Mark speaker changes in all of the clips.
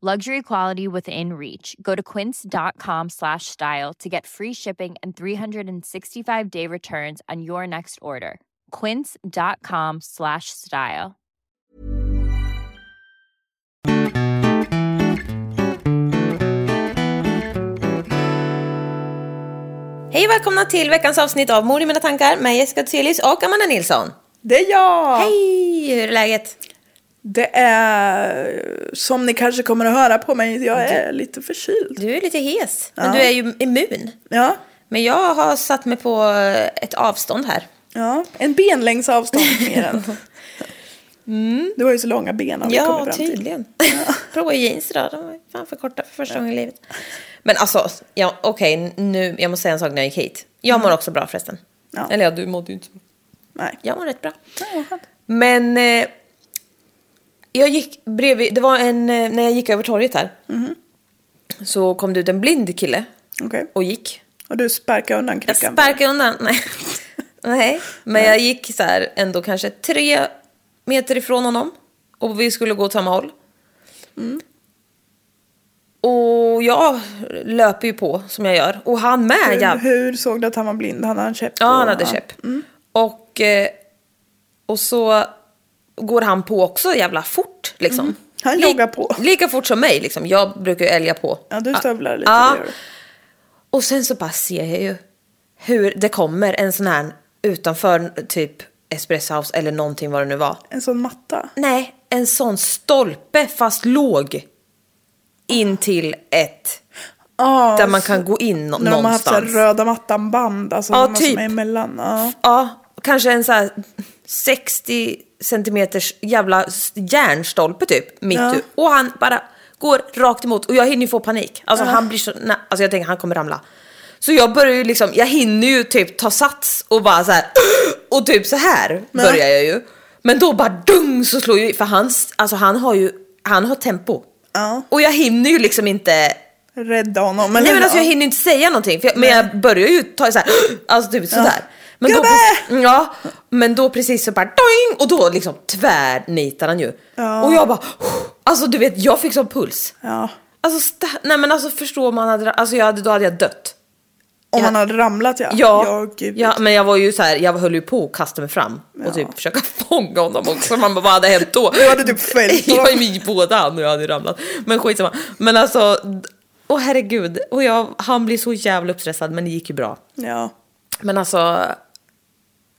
Speaker 1: Luxury quality within reach. Go to quince.com slash style to get free shipping and 365 day returns on your next order. Quince.com slash style.
Speaker 2: Hej och välkomna till veckans avsnitt av Mord i mina tankar med Jessica Thyselius och Amanda Nilsson.
Speaker 3: Det är jag!
Speaker 2: Hej! Hur är läget?
Speaker 3: Det är, som ni kanske kommer att höra på mig, jag är lite förkyld.
Speaker 2: Du är lite hes, men du är ju immun.
Speaker 3: Ja,
Speaker 2: Men jag har satt mig på ett avstånd här.
Speaker 3: ja. en benlängds avstånd mer än. Du har ju så långa ben har vi kommit
Speaker 2: Mm. Ja,
Speaker 3: fram till.
Speaker 2: tydligen. Prova jeans idag, de var fan för korta för första gången i livet. Men alltså, ja, okej, nu, jag måste säga en sak när jag gick hit. Jag mår också bra förresten.
Speaker 3: Ja.
Speaker 2: Eller Mm. ja, du mådde ju inte så bra.
Speaker 3: Nej.
Speaker 2: Jag mår rätt bra.
Speaker 3: Nej, vad skönt.
Speaker 2: Men eh, jag gick bredvid, det var en, eh, när jag gick över torget här. Så kom det ut en blind kille
Speaker 3: Okej.
Speaker 2: och gick.
Speaker 3: Och du sparkar undan
Speaker 2: Jag
Speaker 3: kryckan?
Speaker 2: sparkade undan, nej. nej. Men jag gick så här ändå kanske tre meter ifrån honom. Och vi skulle gå åt samma håll. Mm. Och jag löper ju på som jag gör. Och han med.
Speaker 3: hur,
Speaker 2: jävlar.
Speaker 3: hur såg du att han var blind? Hade han käpp?
Speaker 2: Ja,
Speaker 3: och-
Speaker 2: han hade käpp.
Speaker 3: Mm.
Speaker 2: Och, eh, och så går han på också jävla fort liksom.
Speaker 3: Mm. Han joggar på.
Speaker 2: Lika fort som mig liksom. Jag brukar ju älga på.
Speaker 3: Ja, du stövlar lite.
Speaker 2: Ja.
Speaker 3: det gör du.
Speaker 2: Och sen så bara ser jag ju hur det kommer en sån här utanför typ Espresso House eller någonting vad det nu var.
Speaker 3: En sån matta?
Speaker 2: Nej, en sån stolpe fast låg. In till ett
Speaker 3: Ja,
Speaker 2: där man
Speaker 3: så-
Speaker 2: kan gå in nå-
Speaker 3: När de har haft så här
Speaker 2: någonstans.
Speaker 3: röda mattan-band, alltså
Speaker 2: Ja,
Speaker 3: de här
Speaker 2: typ.
Speaker 3: som är emellan. Ja.
Speaker 2: Ja, kanske en så här 60 centimeters jävla s- järnstolpe typ mitt
Speaker 3: Ja.
Speaker 2: ut. Och han bara går rakt emot och jag hinner ju få panik. Alltså han blir så, nej, alltså jag tänker han kommer ramla. Så jag börjar ju liksom, jag hinner ju typ ta sats och bara så här och typ så här börjar jag ju. Men då bara dung så slår ju, för han, alltså han har ju, han har tempo.
Speaker 3: Ja.
Speaker 2: Och jag hinner ju liksom inte
Speaker 3: Rädda honom.
Speaker 2: Nej men alltså jag
Speaker 3: ja.
Speaker 2: hinner inte säga någonting, för jag, men jag börjar ju ta så här, alltså typ sådär. Men då,
Speaker 3: Gubbe!
Speaker 2: ja, men då precis så bara doing, och då liksom tvärnitar han ju. Och jag bara, alltså du vet jag fick sån puls.
Speaker 3: Ja.
Speaker 2: Alltså sta- nej men alltså förstår man, hade, alltså jag hade, då hade jag dött.
Speaker 3: Om
Speaker 2: Ja.
Speaker 3: han hade ramlat ja.
Speaker 2: Ja,
Speaker 3: gud.
Speaker 2: ja, men jag var ju så här, jag höll ju på att kasta mig fram och typ försöka fånga honom också. Man bara, vad hade hänt då?
Speaker 3: Du hade typ fällt
Speaker 2: Jag
Speaker 3: honom.
Speaker 2: var i båda han och jag hade ju ramlat. Men skitsamma. Men alltså, åh herregud. Och jag, han blir så jävla uppstressad men det gick ju bra.
Speaker 3: ja.
Speaker 2: Men alltså,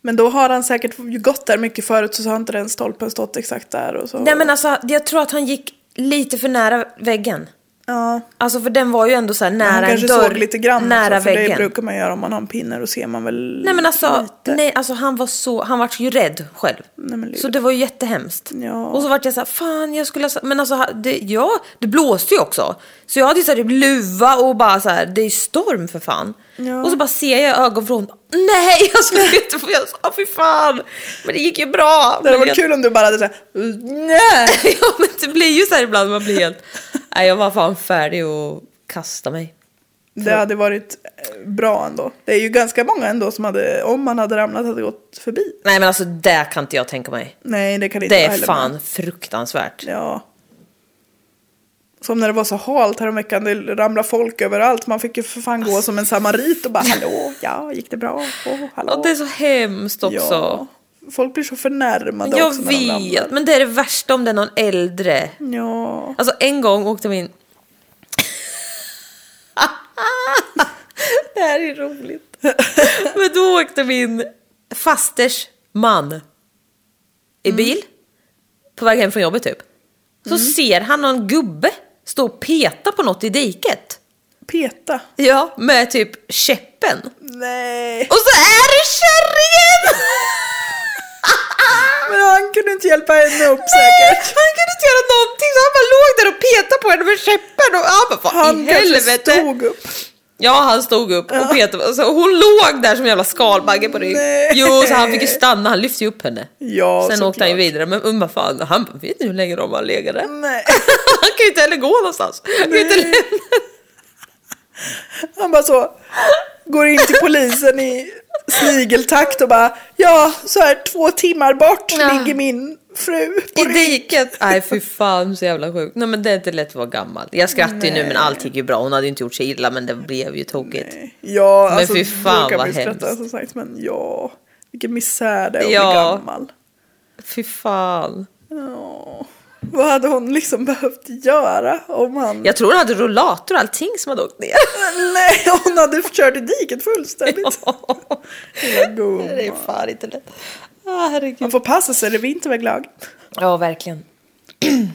Speaker 3: Men då har han säkert gått där mycket förut så har inte den stolpen stått exakt där och så.
Speaker 2: nej men alltså jag tror att han gick lite för nära väggen.
Speaker 3: ja.
Speaker 2: Alltså för den var ju ändå så här nära
Speaker 3: Han kanske
Speaker 2: en dörr,
Speaker 3: såg lite grann
Speaker 2: nära
Speaker 3: också, för
Speaker 2: väggen.
Speaker 3: det brukar man göra om man har en pinne, då ser man väl
Speaker 2: Nej men alltså,
Speaker 3: lite.
Speaker 2: nej, alltså han var så, han var ju rädd själv.
Speaker 3: Nej, men lite.
Speaker 2: så det var ju jättehemskt.
Speaker 3: Ja.
Speaker 2: Och så vart jag såhär, fan jag skulle ha sa- men alltså ha- det, ja, det blåste ju också. Så jag hade ju såhär typ luva och bara så här, det är ju storm för fan.
Speaker 3: Ja.
Speaker 2: Och så bara ser jag i ögonvrån, nej jag skulle inte få göra så, Åh, fy fan. Men det gick ju bra.
Speaker 3: Det hade
Speaker 2: Men
Speaker 3: varit
Speaker 2: jag-
Speaker 3: kul om du bara hade såhär, nej!
Speaker 2: ja men det blir ju såhär ibland, man blir helt, nej jag var fan färdig och kasta mig.
Speaker 3: Det hade varit eh, bra ändå. Det är ju ganska många ändå som hade, om man hade ramlat, hade gått förbi.
Speaker 2: Nej men alltså det kan inte jag tänka mig.
Speaker 3: Nej, det kan inte
Speaker 2: Det
Speaker 3: jag
Speaker 2: är
Speaker 3: heller
Speaker 2: fan
Speaker 3: med.
Speaker 2: fruktansvärt.
Speaker 3: Ja. Som när det var så halt häromveckan, det ramlade folk överallt. Man fick ju för fan gå som en samarit och bara hallå, ja, gick det bra? Åh, hallå.
Speaker 2: Och det är så hemskt också.
Speaker 3: Ja. Folk blir så förnärmade
Speaker 2: jag
Speaker 3: också när de ramlar.
Speaker 2: vet, men det är det värsta om det är någon äldre.
Speaker 3: Ja.
Speaker 2: Alltså en gång åkte min... det här är roligt. men då åkte min fasters man i bil. På väg hem från jobbet typ. Så ser han någon gubbe stå och peta på något i diket.
Speaker 3: Peta.
Speaker 2: Ja, med typ käppen.
Speaker 3: Nej.
Speaker 2: Och så är det kärringen!
Speaker 3: Men han kunde inte hjälpa henne upp
Speaker 2: Nej,
Speaker 3: säkert.
Speaker 2: han kunde inte göra någonting så han bara låg där och petade på henne med käppen och han bara vad
Speaker 3: Han
Speaker 2: i
Speaker 3: kanske
Speaker 2: helvete.
Speaker 3: stod upp.
Speaker 2: Ja han stod upp och petade och så hon låg där som en jävla skalbagge på rygg.
Speaker 3: Nej.
Speaker 2: Jo så han fick ju stanna, han lyfte ju upp henne.
Speaker 3: Ja,
Speaker 2: Sen åkte han ju
Speaker 3: såklart.
Speaker 2: vidare men um, vad fan, han bara, vet ni hur länge de har legat där?
Speaker 3: Nej.
Speaker 2: han kan ju inte heller gå någonstans. Han kan ju inte
Speaker 3: Nej.
Speaker 2: lämna
Speaker 3: Han bara så går in till polisen i snigeltakt och bara ja, så här två timmar bort
Speaker 2: Ja.
Speaker 3: ligger min fru på
Speaker 2: I
Speaker 3: rygg.
Speaker 2: diket! Nej fy fan så jävla sjukt. Nej men det är inte lätt att vara gammal. Jag skrattar ju nu men allt gick ju bra. Hon hade ju inte gjort sig illa men det blev ju tokigt.
Speaker 3: Ja,
Speaker 2: Men
Speaker 3: alltså
Speaker 2: fy fan,
Speaker 3: då kan
Speaker 2: vad
Speaker 3: man ju skratta
Speaker 2: hemskt.
Speaker 3: som sagt men ja, vilken misär det är att
Speaker 2: Ja.
Speaker 3: bli gammal.
Speaker 2: Fy fan.
Speaker 3: Ja. Vad hade hon liksom behövt göra om han...
Speaker 2: Jag tror hon hade rullator och allting som hade åkt ner.
Speaker 3: Nej, hon hade kört i diket fullständigt. Lilla gumman.
Speaker 2: det är fan inte lätt. Ah,
Speaker 3: Man
Speaker 2: herregud.
Speaker 3: får passa sig, det är vinterväglag.
Speaker 2: Ja, verkligen.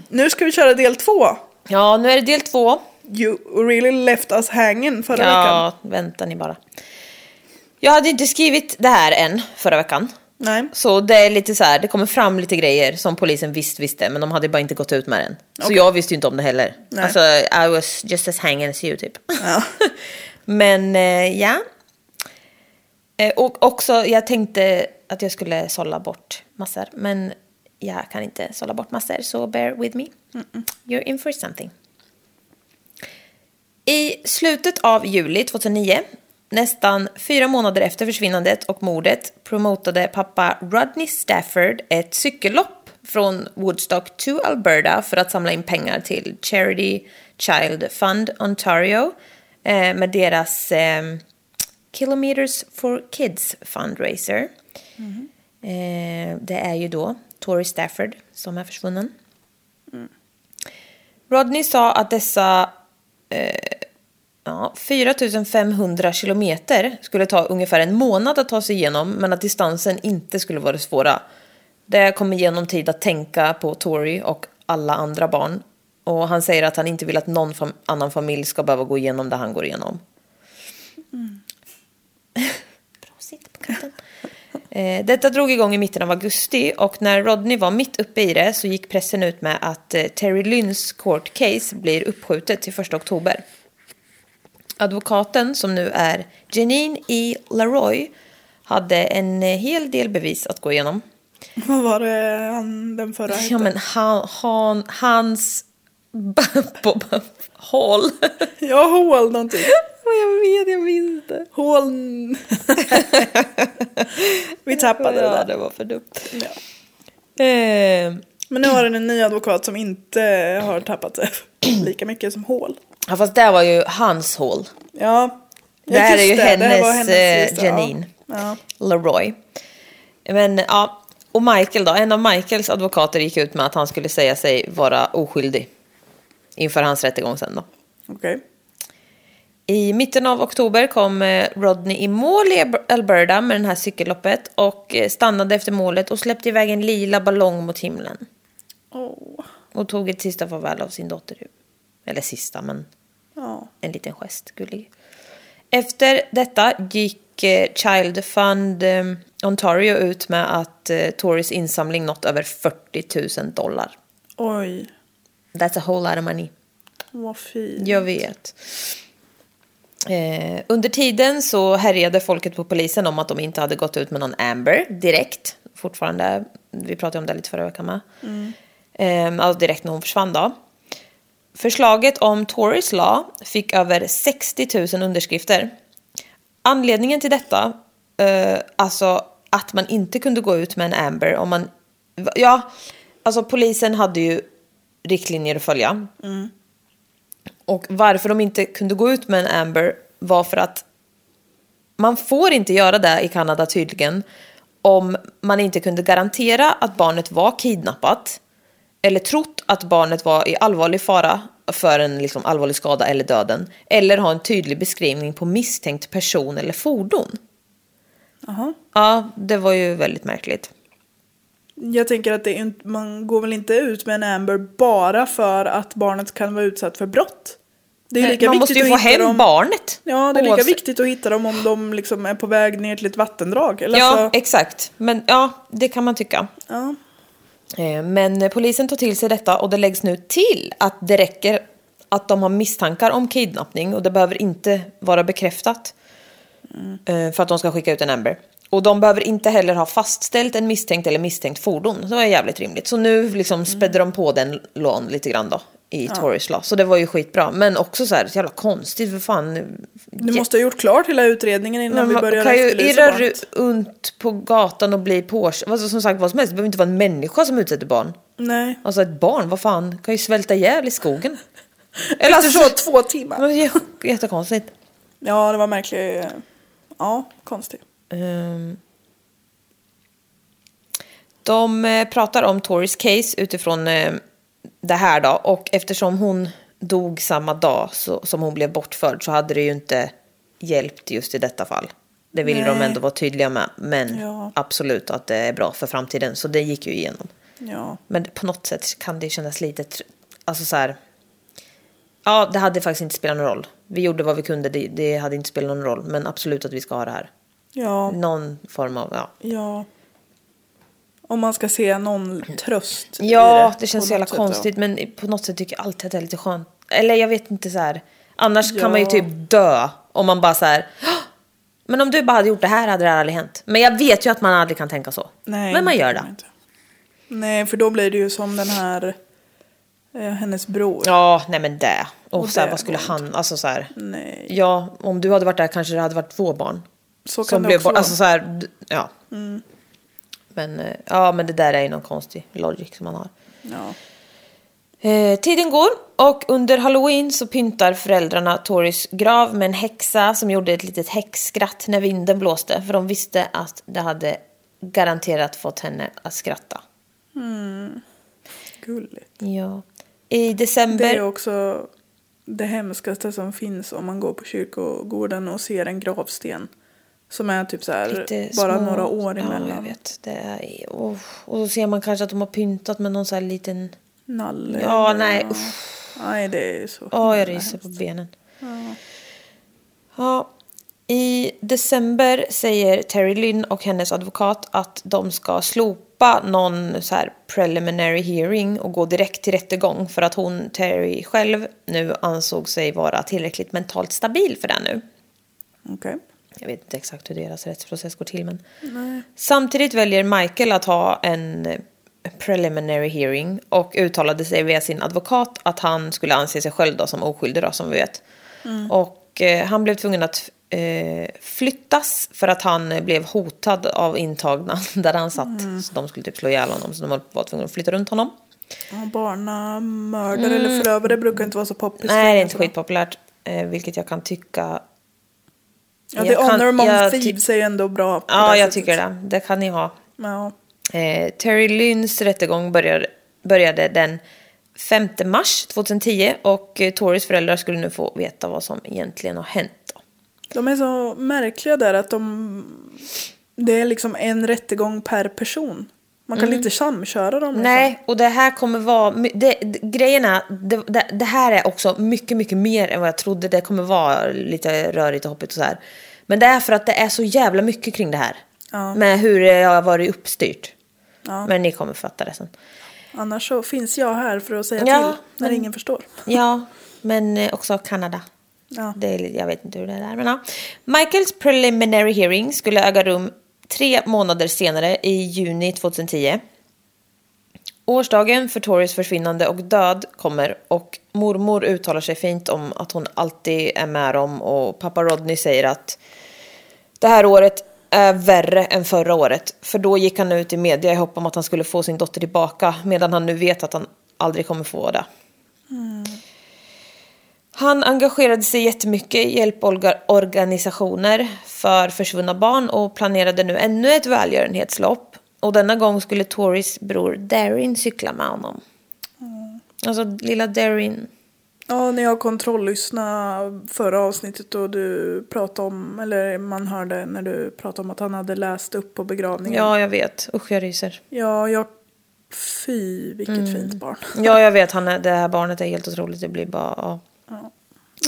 Speaker 3: Nu ska vi köra del två.
Speaker 2: Ja, nu är det del två.
Speaker 3: You really left us hanging förra veckan.
Speaker 2: Ja, vänta ni bara. Jag hade inte skrivit det här än förra veckan.
Speaker 3: Nej.
Speaker 2: Så det är lite så här, det kommer fram lite grejer som polisen visst visste, men de hade bara inte gått ut med den. Så jag visste ju inte om det heller.
Speaker 3: Nej.
Speaker 2: Alltså, I was just as hanging as you typ. men eh, ja. Eh, och också, jag tänkte att jag skulle sålla bort massor, men jag kan inte sålla bort massor, så bear with me. You're in for something. I slutet av juli 2009, nästan fyra månader efter försvinnandet och mordet, promotade pappa Rodney Stafford ett cykellopp från Woodstock to Alberta för att samla in pengar till Charity Child Fund Ontario eh, med deras eh, Kilometers for Kids fundraiser. Eh, det är ju då Tori Stafford som är försvunnen. Rodney sa att dessa Ja, 4 500 kilometer skulle ta ungefär en månad att ta sig igenom men att distansen inte skulle vara det svåra. Det kommer genom tid att tänka på Tori och alla andra barn. Och han säger att han inte vill att någon fam- annan familj ska behöva gå igenom det han går igenom. Mm. Bra sitt på katten. Eh, Detta drog igång i mitten av augusti och när Rodney var mitt uppe i det så gick pressen ut med att eh, Terry Lynns court case blir uppskjutet till 1 oktober. Advokaten, som nu är Janine E. Laroy, hade en eh, hel del bevis att gå igenom.
Speaker 3: Vad var det han, den förra hette?
Speaker 2: Ja, men han, han, hans... Hål.
Speaker 3: Ja, hål någonting.
Speaker 2: jag vet, jag minns inte.
Speaker 3: Hål... vi tappade det
Speaker 2: Ja,
Speaker 3: där.
Speaker 2: det var för dumt.
Speaker 3: Ja.
Speaker 2: Eh,
Speaker 3: Men nu har den en ny advokat som inte har tappat det lika mycket som hål.
Speaker 2: ja, fast det var ju hans hål.
Speaker 3: Ja.
Speaker 2: Det här
Speaker 3: just
Speaker 2: är ju
Speaker 3: här var
Speaker 2: hennes, eh,
Speaker 3: just det, ja.
Speaker 2: Janine.
Speaker 3: Ja.
Speaker 2: Leroy. Men ja, och Michael då, en av Michaels advokater gick ut med att han skulle säga sig vara oskyldig. Inför hans rättegång sen då.
Speaker 3: Okej.
Speaker 2: I mitten av oktober kom eh, Rodney i mål i Ab- Alberta med den här cykelloppet och eh, stannade efter målet och släppte iväg en lila ballong mot himlen.
Speaker 3: Åh.
Speaker 2: Och tog ett sista farväl av sin dotter. Eller sista, men
Speaker 3: Ja.
Speaker 2: en liten gest, gullig. Efter detta gick eh, Child Fund eh, Ontario ut med att eh, Tories insamling nått över 40 000 dollar.
Speaker 3: Oj.
Speaker 2: That's a whole lot of money.
Speaker 3: Vad fint.
Speaker 2: Jag vet. Eh, under tiden så härjade folket på polisen om att de inte hade gått ut med någon Amber direkt. Ehm, Fortfarande, vi pratade om det lite förra veckan med. Eh, alltså direkt när hon försvann då. Förslaget om Tories Law fick över 60 000 underskrifter. Anledningen till detta, eh, alltså att man inte kunde gå ut med en Amber om man... Ja, alltså polisen hade ju riktlinjer att följa. Och varför de inte kunde gå ut med en Amber var för att man får inte göra det i Kanada tydligen om man inte kunde garantera att barnet var kidnappat eller trott att barnet var i allvarlig fara för en liksom allvarlig skada eller döden eller ha en tydlig beskrivning på misstänkt person eller fordon.
Speaker 3: Jaha.
Speaker 2: Ja, det var ju väldigt märkligt.
Speaker 3: Jag tänker att det är, inte- man går väl inte ut med en Amber bara för att barnet kan vara utsatt för brott? Det är ju lika
Speaker 2: Eh, man
Speaker 3: viktigt
Speaker 2: måste ju
Speaker 3: att
Speaker 2: få
Speaker 3: hitta
Speaker 2: hem
Speaker 3: dem-
Speaker 2: barnet.
Speaker 3: Ja, det är lika
Speaker 2: Oavsett-
Speaker 3: viktigt att hitta dem om de liksom är på väg ner till ett vattendrag. Eller
Speaker 2: Ja,
Speaker 3: alltså,
Speaker 2: exakt. Men ja, det kan man tycka.
Speaker 3: ja.
Speaker 2: Eh, Men eh, polisen tog till sig detta och det läggs nu till att det räcker att de har misstankar om kidnappning och det behöver inte vara bekräftat
Speaker 3: Mm.
Speaker 2: eh, för att de ska skicka ut en Amber. Och de behöver inte heller ha fastställt en misstänkt eller misstänkt fordon. Så Det var jävligt rimligt. Så nu
Speaker 3: Mm.
Speaker 2: liksom spädde de på den lån lite grann då i Tories Law. Så det var ju skitbra. Men också så här jävla konstigt för fan.
Speaker 3: Du måste ha gjort klart hela utredningen innan vi
Speaker 2: Man
Speaker 3: börjar
Speaker 2: kan ju
Speaker 3: efterlysa
Speaker 2: irra ru-
Speaker 3: barnet.
Speaker 2: runt på gatan och bli påkörd. Alltså, som sagt vad som helst. Det behöver inte vara en människa som utsätter barn.
Speaker 3: Nej.
Speaker 2: Alltså ett barn, vad fan, kan ju svälta ihjäl i skogen. Eller
Speaker 3: Eller
Speaker 2: alltså,
Speaker 3: så två
Speaker 2: det
Speaker 3: timmar.
Speaker 2: var jä- jättekonstigt.
Speaker 3: Ja, det var märkligt. Ja, konstigt.
Speaker 2: Ehm. De eh, pratar om Tories case utifrån eh, det här då och eftersom hon dog samma dag så, som hon blev bortförd så hade det ju inte hjälpt just i detta fall. Det vill de
Speaker 3: Nej.
Speaker 2: ändå vara tydliga med, men
Speaker 3: Ja.
Speaker 2: absolut att det är bra för framtiden. Så det gick ju igenom.
Speaker 3: Ja.
Speaker 2: Men på något sätt kan det kännas lite... tr- Alltså så här... Ja, det hade faktiskt inte spelat någon roll. Vi gjorde vad vi kunde, det, det hade inte spelat någon roll. Men absolut att vi ska ha det här.
Speaker 3: Ja.
Speaker 2: Någon form av... Ja,
Speaker 3: Ja. Om man ska se någon tröst i
Speaker 2: ja det
Speaker 3: på
Speaker 2: känns så jävla
Speaker 3: något sätt,
Speaker 2: konstigt. Men på något sätt tycker jag alltid att det är lite skönt. Eller jag vet inte så här... Annars kan man ju
Speaker 3: Ja.
Speaker 2: typ dö om man bara så här... "Hå! Men om du bara hade gjort det här hade det här aldrig hänt. Men jag vet ju att man aldrig kan tänka så.
Speaker 3: ja. Nej,
Speaker 2: men man gör
Speaker 3: kan
Speaker 2: det.
Speaker 3: inte. Nej, för då blir det ju som den här eh, hennes bror.
Speaker 2: Ja, nej men det. Och,
Speaker 3: Och
Speaker 2: så här,
Speaker 3: det
Speaker 2: vad skulle
Speaker 3: går
Speaker 2: han... Alltså så här...
Speaker 3: Nej,
Speaker 2: Ja, om du hade varit där kanske det hade varit två barn.
Speaker 3: så kan
Speaker 2: som
Speaker 3: det
Speaker 2: blev
Speaker 3: också
Speaker 2: bort,
Speaker 3: vara. Mm.
Speaker 2: alltså så här, d- ja. Men, eh, ja, men det där är ju någon konstig logic som man har.
Speaker 3: ja.
Speaker 2: Eh, tiden går och under halloween så pyntar föräldrarna Toris grav med en häxa som gjorde ett litet häxskratt när vinden blåste. För de visste att det hade garanterat fått henne att skratta.
Speaker 3: Gulligt.
Speaker 2: Ja. I
Speaker 3: Det
Speaker 2: december...
Speaker 3: är också det hemskaste som finns om man går på kyrkogården och ser en gravsten. Som är typ så här
Speaker 2: lite
Speaker 3: bara
Speaker 2: små-
Speaker 3: några år
Speaker 2: Ja, jag
Speaker 3: emellan.
Speaker 2: vet. Det är, oh. Och så ser man kanske att de har pyntat med någon så här liten...
Speaker 3: Nalle.
Speaker 2: Ja, nej,
Speaker 3: Nej, det är så.
Speaker 2: Åh, jag
Speaker 3: himla
Speaker 2: ryser på
Speaker 3: hemskt.
Speaker 2: benen. Ja. I december säger Terry Lynn och hennes advokat att de ska slopa någon så här preliminary hearing och gå direkt till rättegång för att hon, Terry själv, nu ansåg sig vara tillräckligt mentalt stabil för det nu.
Speaker 3: Okej.
Speaker 2: Jag vet inte exakt hur deras rättsprocess går till men. Samtidigt väljer Michael att ha en eh, preliminary hearing och uttalade sig via sin advokat att han skulle anse sig själv då som oskyldig då som vi vet.
Speaker 3: Mm.
Speaker 2: Och eh, han blev tvungen att eh, flyttas för att han eh, blev hotad av intagna där han satt.
Speaker 3: Mm.
Speaker 2: Så de skulle typ slå ihjäl honom så de var tvungna att flytta runt honom.
Speaker 3: Ja, Barnamördare eller förövare brukar inte vara så poppis.
Speaker 2: Mm. Nej det är
Speaker 3: längre,
Speaker 2: inte
Speaker 3: så.
Speaker 2: skitpopulärt eh, vilket jag kan tycka
Speaker 3: Ja,
Speaker 2: Jag
Speaker 3: The
Speaker 2: kan-
Speaker 3: Honor Among
Speaker 2: jag ty-
Speaker 3: Thieves är ju ändå bra. på
Speaker 2: Ja
Speaker 3: det
Speaker 2: jag
Speaker 3: sättet.
Speaker 2: tycker det, det kan ni ha.
Speaker 3: Ja.
Speaker 2: Eh, Terry Lynns rättegång började, började den 5 mars 2010 och eh, Torys föräldrar skulle nu få veta vad som egentligen har hänt. Då.
Speaker 3: De är så märkliga där att de... Det är liksom en rättegång per person. Man kan inte samköra dem. liksom.
Speaker 2: Mm. Nej, och det här kommer vara... my- Det, det, grejen är, det, det, det här är också mycket, mycket mer än vad jag trodde. Det kommer vara lite rörigt och hoppigt och så här. Men det är för att det är så jävla mycket kring det här.
Speaker 3: Ja.
Speaker 2: Med hur det har varit uppstyrt.
Speaker 3: Ja.
Speaker 2: Men ni kommer fatta det sen.
Speaker 3: Annars så finns jag här för att säga
Speaker 2: Ja,
Speaker 3: till när
Speaker 2: men-
Speaker 3: ingen förstår.
Speaker 2: Ja, men eh, också Kanada.
Speaker 3: Ja.
Speaker 2: Det är, jag vet inte hur det är där. Men ja. Michaels preliminary hearing skulle äga rum tre månader senare i juni 2010. Årsdagen för Torys försvinnande och död kommer och mormor uttalar sig fint om att hon alltid är med dem och pappa Rodney säger att det här året är värre än förra året för då gick han ut i media i hopp om att han skulle få sin dotter tillbaka medan han nu vet att han aldrig kommer få det. Han engagerade sig jättemycket i hjälporganisationer för försvunna barn och planerade nu ännu ett välgörenhetslopp. Och denna gång skulle Toris bror Darin cykla med honom. Alltså lilla Darin.
Speaker 3: Ja, när jag kontrolllyssnade förra avsnittet och du pratade om, eller man hörde när du pratade om att han hade läst upp på begravningen.
Speaker 2: Ja, jag vet. Usch, jag ryser.
Speaker 3: Ja, jag... Fy, vilket fint barn.
Speaker 2: Mm. Ja, jag vet. Han är, det här barnet är helt otroligt. Det blir bara... Ja.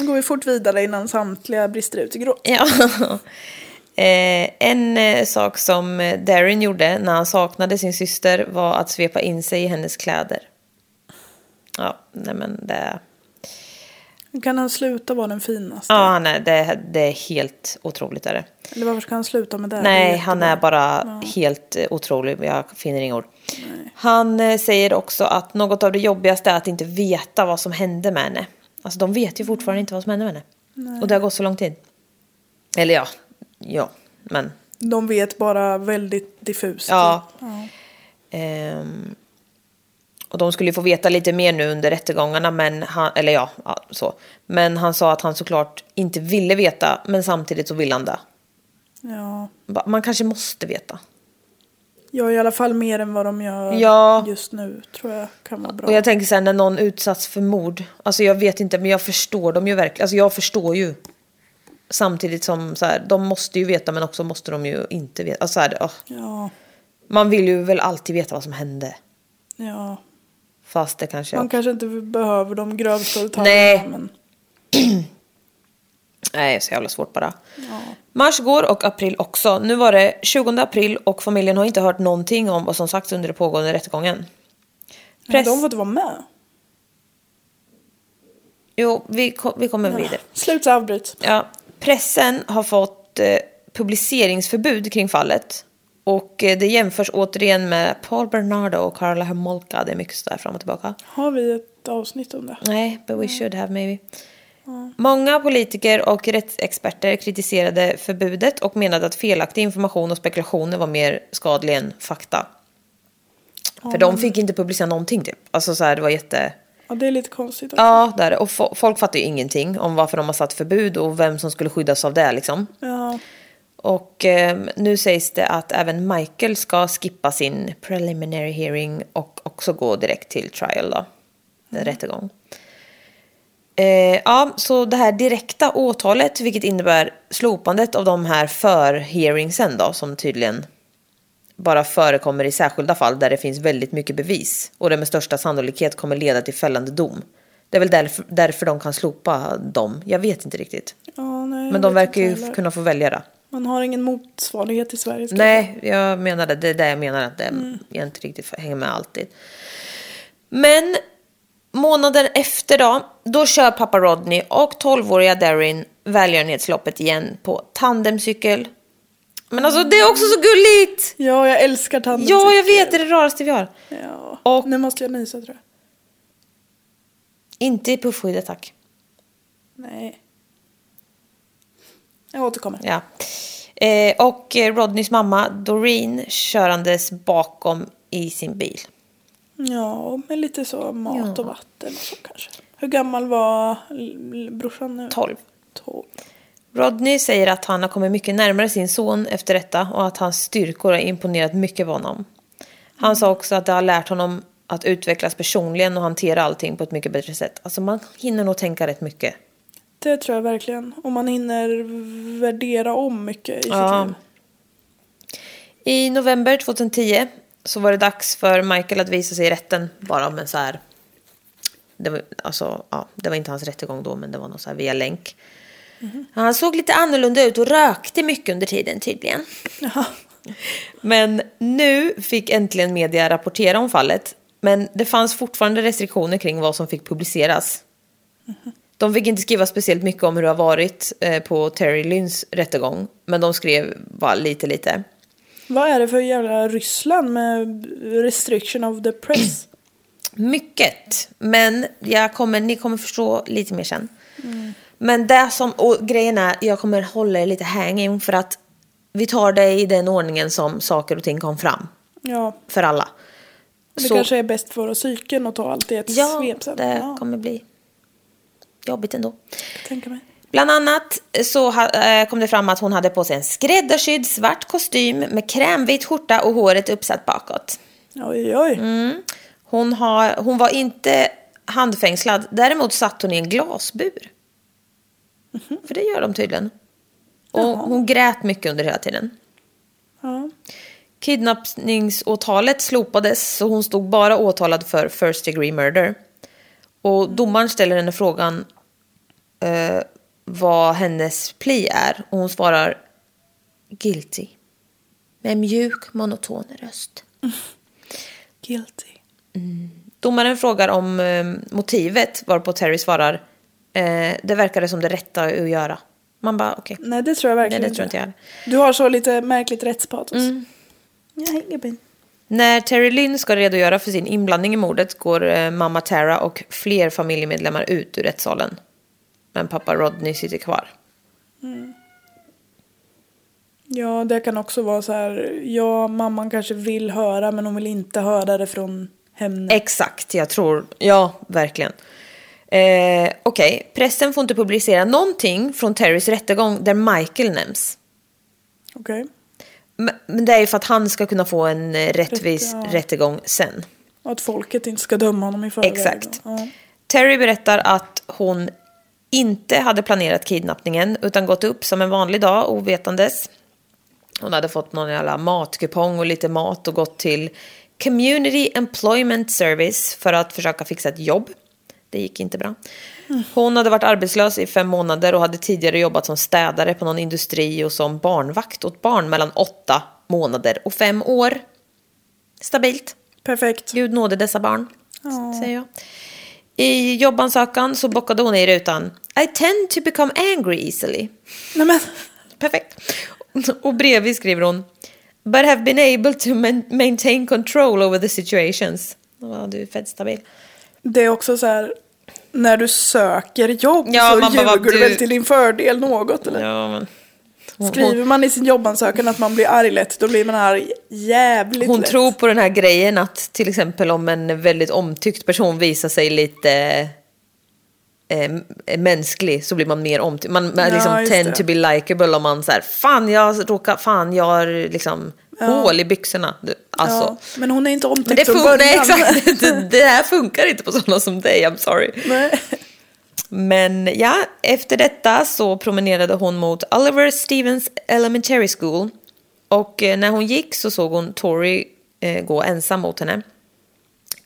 Speaker 3: Nu går vi fort vidare innan samtliga brister ut i gråt.
Speaker 2: Ja. Eh, en eh, sak som eh, Darren gjorde när han saknade sin syster var att svepa in sig i hennes kläder. Ja, nej men det...
Speaker 3: Nu Kan han sluta vara den finaste?
Speaker 2: Ja, han är, det, det är helt otroligt är det.
Speaker 3: Eller varför ska han sluta med det? Det
Speaker 2: Nej,
Speaker 3: jättebra.
Speaker 2: han är bara helt eh, otrolig. Jag finner inga ord. Han eh, säger också att något av det jobbigaste är att inte veta vad som hände med henne. Alltså de vet ju fortfarande inte vad som hände med henne. Och det har gått så lång tid. Eller ja, ja, men
Speaker 3: De vet bara väldigt diffust.
Speaker 2: Ja. Ehm, och de skulle ju få veta lite mer nu under rättegångarna, men han, eller ja, ja, så. Men han sa att han såklart inte ville veta, men samtidigt så vill han det.
Speaker 3: ja.
Speaker 2: Va- Man kanske måste veta.
Speaker 3: Ja, i alla fall mer än vad de gör
Speaker 2: Ja.
Speaker 3: just nu tror jag kan vara bra.
Speaker 2: Och jag tänker sen när någon utsatts för mord, alltså jag vet inte, men jag förstår dem ju verkligen. Alltså jag förstår ju. Samtidigt som så här, de måste ju veta, men också måste de ju inte veta. Alltså så här, ah.
Speaker 3: Ja,
Speaker 2: Man vill ju väl alltid veta vad som hände.
Speaker 3: ja.
Speaker 2: Fast det kanske...
Speaker 3: Man kanske inte behöver de grövsta detaljerna.
Speaker 2: Nej.
Speaker 3: Men,
Speaker 2: Nej, så jävla svårt bara. Mars går och april också. Nu var det 20 april och familjen har inte hört någonting om vad som sagts under den pågående rättegången.
Speaker 3: men
Speaker 2: Press...
Speaker 3: de får inte vara med.
Speaker 2: Jo, vi, ko- vi kommer vidare.
Speaker 3: Slut avbryt.
Speaker 2: Ja, pressen har fått eh, publiceringsförbud kring fallet. Och eh, det jämförs återigen med Paul Bernardo och Carla Homolka. Det är mycket sådär fram och tillbaka.
Speaker 3: Har vi ett avsnitt om det?
Speaker 2: Nej, but we should have maybe. Många politiker och rättsexperter kritiserade förbudet och menade att felaktig information och spekulationer var mer skadlig än fakta. För de fick inte publicera någonting typ. Alltså så här, det var jätte...
Speaker 3: Ja, det är lite konstigt. också.
Speaker 2: Ja, där. och fo- folk fattar ju ingenting om varför de har satt förbud och vem som skulle skyddas av det liksom.
Speaker 3: Ja.
Speaker 2: Och ehm, nu sägs det att även Michael ska skippa sin preliminary hearing och också gå direkt till trial då.
Speaker 3: Mm.
Speaker 2: Rättegång. Eh, ja, så det här direkta åtalet, vilket innebär slopandet av de här förhearingsen då, som tydligen bara förekommer i särskilda fall där det finns väldigt mycket bevis och det med största sannolikhet kommer leda till fällande dom. Det är väl därför, därför de kan slopa dem. Jag vet inte riktigt.
Speaker 3: Ja, nej,
Speaker 2: Men
Speaker 3: Mm, jag
Speaker 2: de
Speaker 3: vet
Speaker 2: verkar
Speaker 3: inte
Speaker 2: ju
Speaker 3: heller.
Speaker 2: kunna få välja det.
Speaker 3: Man har ingen motsvarighet i Sverige. ska jag
Speaker 2: Nej, jag menade det är det jag menar att det, jag inte riktigt hänger med alltid. Men månaden efter då, då kör pappa Rodney och 12-åriga Darin välgörenhetsloppet igen på tandemcykel. Men alltså det är också så gulligt!
Speaker 3: säga. Ja, jag älskar tanden.
Speaker 2: Ja, jag vet, det är det raraste vi har.
Speaker 3: Ja.
Speaker 2: Och-
Speaker 3: Nu måste jag nysa tror jag.
Speaker 2: Inte i puffskyddet tack.
Speaker 3: Nej. Jag återkommer.
Speaker 2: Ja. Eh, och eh, Rodneys mamma Doreen körandes bakom i sin bil.
Speaker 3: Ja, men lite så mat och vatten och så kanske. Hur gammal var l- l- brorsan nu?
Speaker 2: 12.
Speaker 3: 12.
Speaker 2: Rodney säger att han har kommit mycket närmare sin son efter detta och att hans styrkor har imponerat mycket på honom. Han sa också att det har lärt honom att utvecklas personligen och hantera allting på ett mycket bättre sätt. Alltså man hinner nog tänka rätt mycket.
Speaker 3: Det tror jag verkligen. Och man hinner värdera om mycket i
Speaker 2: Ja.
Speaker 3: sitt liv.
Speaker 2: I november 2010 så var det dags för Michael att visa sig i rätten bara men så här. Det var, alltså, ja, det var inte hans rättegång då men det var någon så här via länk. Han såg lite annorlunda ut och rökte mycket under tiden tydligen. Men nu fick äntligen media rapportera om fallet. Men det fanns fortfarande restriktioner kring vad som fick publiceras. De fick inte skriva speciellt mycket om hur det har varit eh, på Terry Lynns rättegång. Men de skrev bara lite lite.
Speaker 3: Vad är det för jävla Ryssland med restriction of the press?
Speaker 2: Mycket, men jag kommer, ni kommer förstå lite mer sen.
Speaker 3: Mm.
Speaker 2: Men det som, och grejen är, jag kommer hålla er lite hanging för att vi tar det i den ordningen som saker och ting kom fram
Speaker 3: Ja,
Speaker 2: för alla.
Speaker 3: det
Speaker 2: Så-
Speaker 3: kanske är bäst för våra psyken att ta allt i ett
Speaker 2: Ja,
Speaker 3: svep sen.
Speaker 2: det
Speaker 3: ja,
Speaker 2: kommer bli jobbigt ändå.
Speaker 3: tänka mig.
Speaker 2: Bland annat så ha- eh, kom det fram att hon hade på sig en skräddarsydd svart kostym med krämvit skjorta och håret uppsatt bakåt.
Speaker 3: Oj, oj.
Speaker 2: Mm. Hon, har, hon var inte handfängslad, däremot satt hon i en glasbur. För det gör de tydligen. Och hon grät mycket under hela tiden.
Speaker 3: Ja.
Speaker 2: Kidnappningsåtalet slopades så hon stod bara åtalad för first degree murder. Och domaren ställer henne frågan eh, vad hennes pli är och hon svarar guilty. Med en mjuk monoton röst.
Speaker 3: Guilty.
Speaker 2: Domaren frågar om eh, motivet varpå Terry svarar eh, det verkade som det rätta att göra. Man bara okej.
Speaker 3: Nej, det tror jag verkligen
Speaker 2: Nej, det tror inte jag. Mm.
Speaker 3: Du har så lite märkligt rättspatos. Jag hänger på
Speaker 2: När Terry Lynn ska redogöra för sin inblandning i mordet går eh, mamma Tara och fler familjemedlemmar ut ur rättssalen. Men pappa Rodney sitter kvar.
Speaker 3: Ja, det kan också vara så här. Ja, mamman kanske vill höra men hon vill inte höra det från henne.
Speaker 2: Exakt, jag tror... Ja, verkligen. Eh, Okej, pressen får inte publicera någonting från Terrys rättegång där Michael nämns.
Speaker 3: Okej.
Speaker 2: Men- Men det är ju för att han ska kunna få en eh, rättvis
Speaker 3: Rätt- ja.
Speaker 2: rättegång sen.
Speaker 3: Och att folket inte ska döma honom i förväg.
Speaker 2: Exakt.
Speaker 3: Ja.
Speaker 2: Terry berättar att hon inte hade planerat kidnappningen utan gått upp som en vanlig dag ovetandes. Hon hade fått någon jävla matkupong och lite mat och gått till Community Employment Service för att försöka fixa ett jobb. Det gick inte bra. Hon hade varit arbetslös i fem månader och hade tidigare jobbat som städare på någon industri och som barnvakt åt barn mellan åtta månader och fem år. Stabilt.
Speaker 3: Perfekt.
Speaker 2: Gud nåde dessa barn,
Speaker 3: Ja.
Speaker 2: säger jag. I jobbansökan så bockade hon i rutan. I tend to become angry easily.
Speaker 3: Nej men.
Speaker 2: Perfekt. Och bredvid skriver hon. But have been able to man- maintain control over the situations. Ja, du är fett stabil.
Speaker 3: Det är också så här. När du söker jobb
Speaker 2: Ja,
Speaker 3: så
Speaker 2: man bara,
Speaker 3: ljuger
Speaker 2: vad
Speaker 3: du...
Speaker 2: du-
Speaker 3: väl till din fördel något eller?
Speaker 2: Ja, men. Hon,
Speaker 3: Skriver
Speaker 2: hon,
Speaker 3: man i sin jobbansökan att man blir arg lätt, då blir man arg jävligt
Speaker 2: hon
Speaker 3: lätt.
Speaker 2: tror på den här grejen att till exempel om en väldigt omtyckt person visar sig lite eh, mänsklig så blir man mer omtyckt. Man, man
Speaker 3: Ja,
Speaker 2: liksom
Speaker 3: just
Speaker 2: tend
Speaker 3: det.
Speaker 2: to be likable om man så här, fan jag råkar, fan jag har liksom hål i byxorna. Du, Alltså.
Speaker 3: Ja, men hon är inte omtyckt
Speaker 2: Men det
Speaker 3: från
Speaker 2: funkar,
Speaker 3: början.
Speaker 2: nej, exakt, det, det här funkar inte på sådana som dig, I'm sorry.
Speaker 3: nej.
Speaker 2: Men ja, efter detta så promenerade hon mot Oliver Stevens Elementary School. Och eh, när hon gick så såg hon Tori eh, gå ensam mot henne.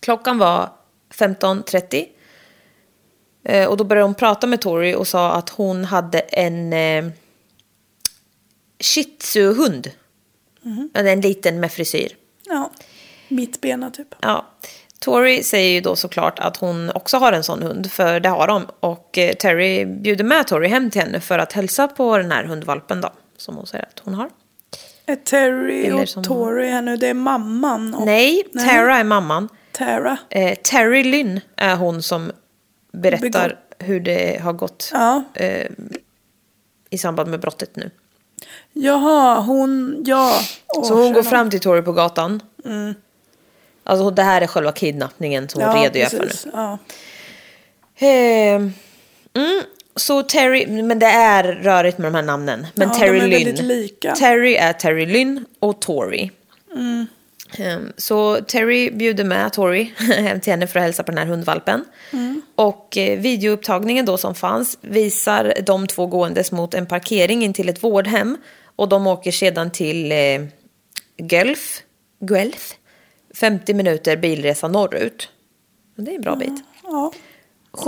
Speaker 2: Klockan var 15.30. Eh, och då började hon prata med Tori och sa att hon hade en eh, shih tzu-hund. En liten med frisyr.
Speaker 3: Ja. Mittbena typ.
Speaker 2: Ja. Tori säger ju då såklart att hon också har en sån hund, för det har de. Och eh, Terry bjuder med Tori hem till henne för att hälsa på den här hundvalpen då, som hon säger att hon har.
Speaker 3: Är Terry
Speaker 2: Eller
Speaker 3: och
Speaker 2: som-
Speaker 3: Tori här nu? Det är mamman och
Speaker 2: Nej, Tara är mamman.
Speaker 3: Tara.
Speaker 2: Eh, Terry Lynn är hon som berättar
Speaker 3: Begå-
Speaker 2: hur det har gått
Speaker 3: Ja.
Speaker 2: eh, i samband med brottet nu.
Speaker 3: Jaha, hon, ja. Åh,
Speaker 2: Så hon går
Speaker 3: känner-
Speaker 2: fram till Tori på gatan. Alltså det här är själva kidnappningen som hon redogör för nu.
Speaker 3: precis. Ja.
Speaker 2: Ehm, mm, så Terry, men det är rörigt med de här namnen. Men
Speaker 3: Ja,
Speaker 2: Terry
Speaker 3: de är
Speaker 2: Lynn.
Speaker 3: väldigt lika.
Speaker 2: Terry är Terry Lynn och Tori.
Speaker 3: Mm.
Speaker 2: Ehm, så Terry bjuder med Tori hem till henne för att hälsa på den här hundvalpen.
Speaker 3: Mm.
Speaker 2: Och eh, videoupptagningen då som fanns visar de två gåendes mot en parkering in till ett vårdhem. Och de åker sedan till eh, Guelph, Guelph, 50 minuter bilresa norrut. Och Det är en bra bit.
Speaker 3: ja.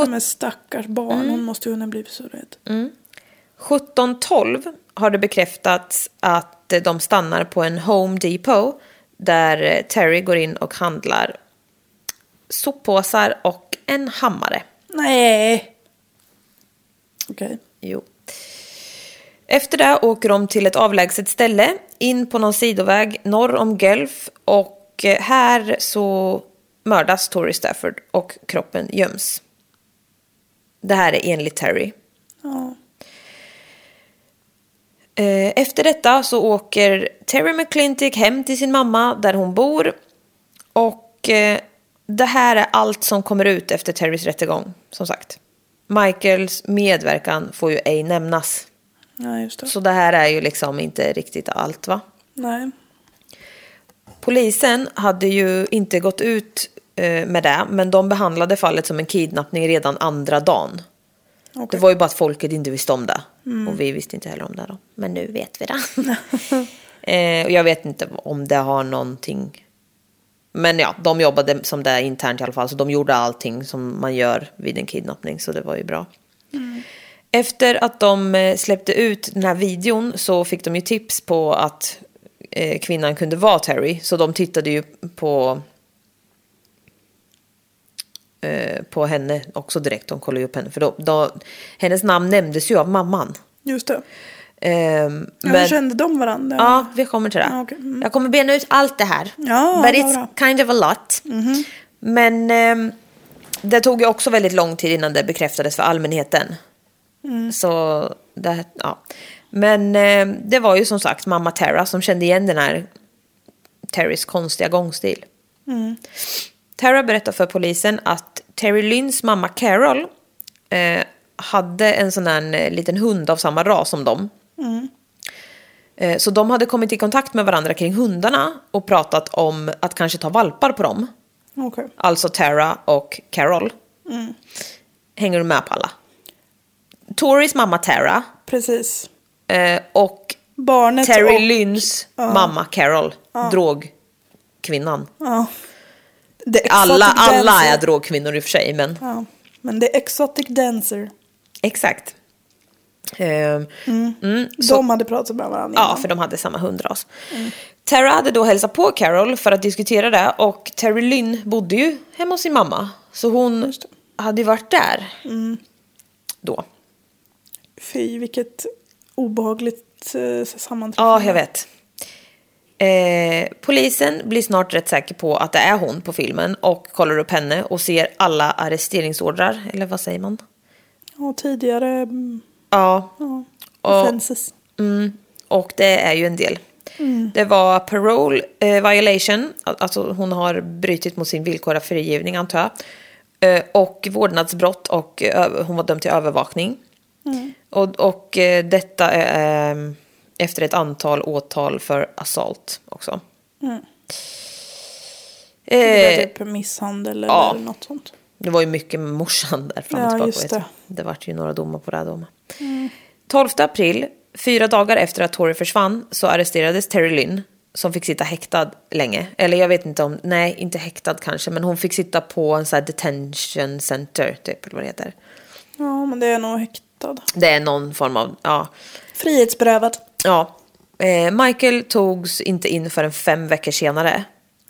Speaker 3: Men stackars barn,
Speaker 2: Mm.
Speaker 3: hon måste ju ha blivit så rädd.
Speaker 2: 1712 har det bekräftats att de stannar på en Home Depot där Terry går in och handlar soppåsar och en hammare.
Speaker 3: Nej. Okej.
Speaker 2: Jo. Eh, Efter det åker de till ett avlägset ställe, in på någon sidoväg norr om Guelph och eh, här så mördas Tori Stafford och kroppen göms. Det här är enligt Terry.
Speaker 3: Ja.
Speaker 2: Eh, Efter detta så åker Terry McClintic hem till sin mamma där hon bor. Och eh, det här är allt som kommer ut efter Terrys rättegång, som sagt. Michaels medverkan får ju ej nämnas.
Speaker 3: ja, just det.
Speaker 2: Så det här är ju liksom inte riktigt allt va?
Speaker 3: Nej.
Speaker 2: Polisen hade ju inte gått ut eh, med det, men de behandlade fallet som en kidnappning redan andra dagen.
Speaker 3: Okej.
Speaker 2: Det var ju bara att folket inte visste om det. Och vi visste inte heller om det då. Men nu vet vi det. eh, och jag vet inte om det har någonting... Men ja, de jobbade som det är internt i alla fall. Så de gjorde allting som man gör vid en kidnappning. Så det var ju bra. Efter att de eh, släppte ut den här videon så fick de ju tips på att eh, kvinnan kunde vara Terry. Så de tittade ju på eh, på henne också direkt. De kollade ju upp henne. För då, då, hennes namn nämndes ju av mamman.
Speaker 3: Just det.
Speaker 2: Ehm,
Speaker 3: Ja,
Speaker 2: men-
Speaker 3: Hur kände de varandra?
Speaker 2: Ja, vi kommer till det.
Speaker 3: Ja, okej. Mm.
Speaker 2: Jag kommer bena ut allt det här.
Speaker 3: Ja,
Speaker 2: But
Speaker 3: bra,
Speaker 2: it's
Speaker 3: bra. Mhm.
Speaker 2: kind of a lot. Men ehm, det tog ju också väldigt lång tid innan det bekräftades för allmänheten.
Speaker 3: Mm.
Speaker 2: Så det, ja. Men ehm, det var ju som sagt mamma Tara som kände igen den här Terrys konstiga gångstil.
Speaker 3: Mm.
Speaker 2: Tara berättar för polisen att Terry Lynns mamma Carol eh, hade en sån här eh, liten hund av samma ras som dem. Eh, Så de hade kommit i kontakt med varandra kring hundarna och pratat om att kanske ta valpar på dem.
Speaker 3: Okej.
Speaker 2: Alltså Tara och Carol.
Speaker 3: Mm.
Speaker 2: Hänger du med på alla? Toris mamma Tara
Speaker 3: Precis.
Speaker 2: eh, och
Speaker 3: Barnet
Speaker 2: Terry
Speaker 3: och...
Speaker 2: Lynns mamma Carol, drogkvinnan.
Speaker 3: Ja. The Exotic
Speaker 2: Alla, alla
Speaker 3: Dancer.
Speaker 2: är drogkvinnor i och för sig, men
Speaker 3: Ja. Men det är Exotic Dancer.
Speaker 2: exakt. Ehm,
Speaker 3: De hade pratat med varandra
Speaker 2: Ja, för de hade samma hundras. Tara hade då hälsat på Carol för att diskutera det och Terry Lynn bodde ju hemma hos sin mamma. Så hon hade ju varit där då.
Speaker 3: Fy, vilket obehagligt eh, sammanträffande.
Speaker 2: Ja, jag vet. Eh, polisen blir snart rätt säker på att det är hon på filmen och kollar upp henne och ser alla arresteringsordrar, eller vad säger man?
Speaker 3: Ja, tidigare mm,
Speaker 2: Ja,
Speaker 3: ja,
Speaker 2: Och-
Speaker 3: offenses.
Speaker 2: Mm, och det är ju en del. Det var parole eh, violation, al- alltså hon har brutit mot sin villkorliga frigivning antar jag. Eh, och vårdnadsbrott och eh, ö- hon var dömd till övervakning. Och, och eh, detta är eh, efter ett antal åtal för assault också.
Speaker 3: Det
Speaker 2: Eh,
Speaker 3: var typ misshandel
Speaker 2: ja.
Speaker 3: eller något sånt.
Speaker 2: det var ju mycket med morsan där fram och
Speaker 3: Ja,
Speaker 2: tillbaka.
Speaker 3: just
Speaker 2: vet
Speaker 3: det. Mm.
Speaker 2: du. det vart ju några domar på det här då med. 12 april, fyra dagar efter att Tori försvann, så arresterades Terry Lynn. Som fick sitta häktad länge. Eller jag vet inte om, nej inte häktad kanske, men hon fick sitta på en sån här detention center, typ eller vad det heter.
Speaker 3: Ja, men det är nog häktad.
Speaker 2: Det är någon form av, ja.
Speaker 3: Frihetsberövad.
Speaker 2: ja. Eh, Michael togs inte in förrän fem veckor senare.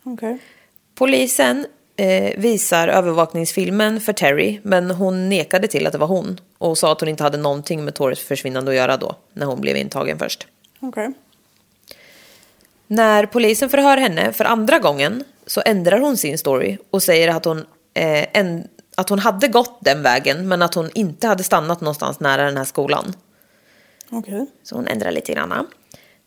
Speaker 3: Okej.
Speaker 2: Polisen eh, visar övervakningsfilmen för Terry, men hon nekade till att det var hon och sa att hon inte hade någonting med Torres försvinnande att göra då, när hon blev intagen först.
Speaker 3: Okej.
Speaker 2: När polisen förhör henne för andra gången så ändrar hon sin story och säger att hon, eh, en, att hon hade gått den vägen men att hon inte hade stannat någonstans nära den här skolan.
Speaker 3: Okej.
Speaker 2: Så hon ändrar lite grann.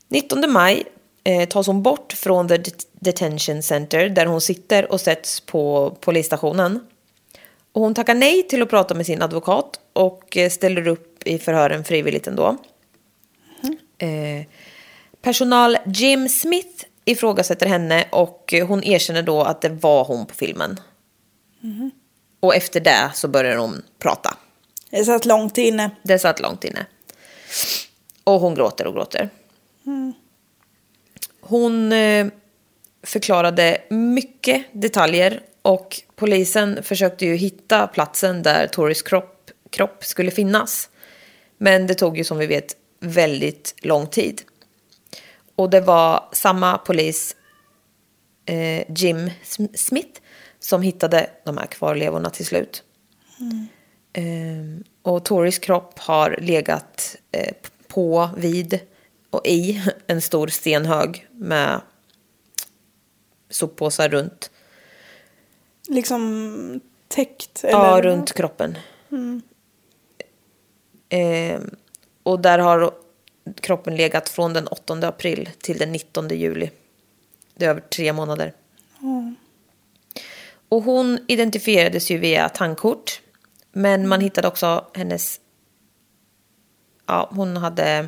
Speaker 2: 19 maj eh, tas hon bort från the det- detention center där hon sitter och sätts på polisstationen. Och hon tackar nej till att prata med sin advokat och eh, ställer upp i förhören frivilligt ändå. Eh, personal Jim Smith ifrågasätter henne och eh, hon erkänner då att det var hon på filmen. Och efter det så börjar de prata.
Speaker 3: Jag satt långt inne.
Speaker 2: Det satt långt inne. Och hon gråter och gråter. Hon eh, förklarade mycket detaljer och polisen försökte ju hitta platsen där Toris kropp, kropp skulle finnas. Men det tog ju som vi vet väldigt lång tid. Och det var samma polis, eh, Jim Sm- Smith, som hittade de här kvarlevorna till slut. Ehm, och Toris kropp har legat eh, p- på, vid och i en stor stenhög med soppåsar runt.
Speaker 3: Liksom täckt? Eller?
Speaker 2: Ja, runt kroppen. Eh, och där har kroppen legat från den 8 april till den 19 juli. Det är över tre månader. Och hon identifierades ju via tandkort. Men man hittade också hennes... Ja, hon hade...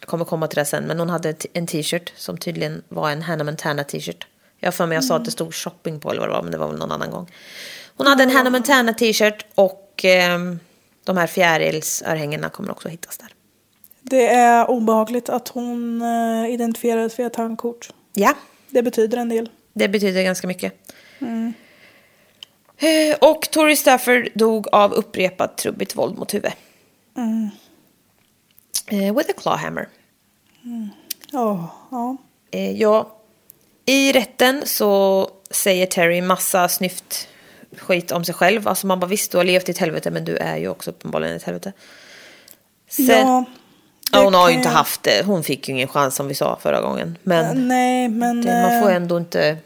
Speaker 2: Jag kommer komma till det sen, men hon hade ett- en t-shirt som tydligen var en Hannah Montana t-shirt. Jag har för mig jag sa att det stod shopping på eller vad det var, men det var väl någon annan gång. Hon hade en Hannah Montana t-shirt och ehm, de här fjärilsörhängena kommer också hittas där.
Speaker 3: Det är obehagligt att hon eh, identifierades via tandkort.
Speaker 2: Ja,
Speaker 3: Det betyder en del.
Speaker 2: det betyder ganska mycket. Eh, Och Tori Stafford dog av upprepat trubbigt våld mot huvudet. Eh, With a claw hammer.
Speaker 3: Ja, ja.
Speaker 2: Eh, ja, i rätten så säger Terry massa snyft skit om sig själv. Alltså man bara visst du har levt i ett helvete men du är ju också uppenbarligen ett helvete. Sen, ja,
Speaker 3: ja det
Speaker 2: hon har ju
Speaker 3: kan
Speaker 2: inte
Speaker 3: jag-
Speaker 2: haft det. Hon fick ju ingen chans som vi sa förra gången. Men
Speaker 3: Nej, men
Speaker 2: det, man får
Speaker 3: eh,
Speaker 2: ändå inte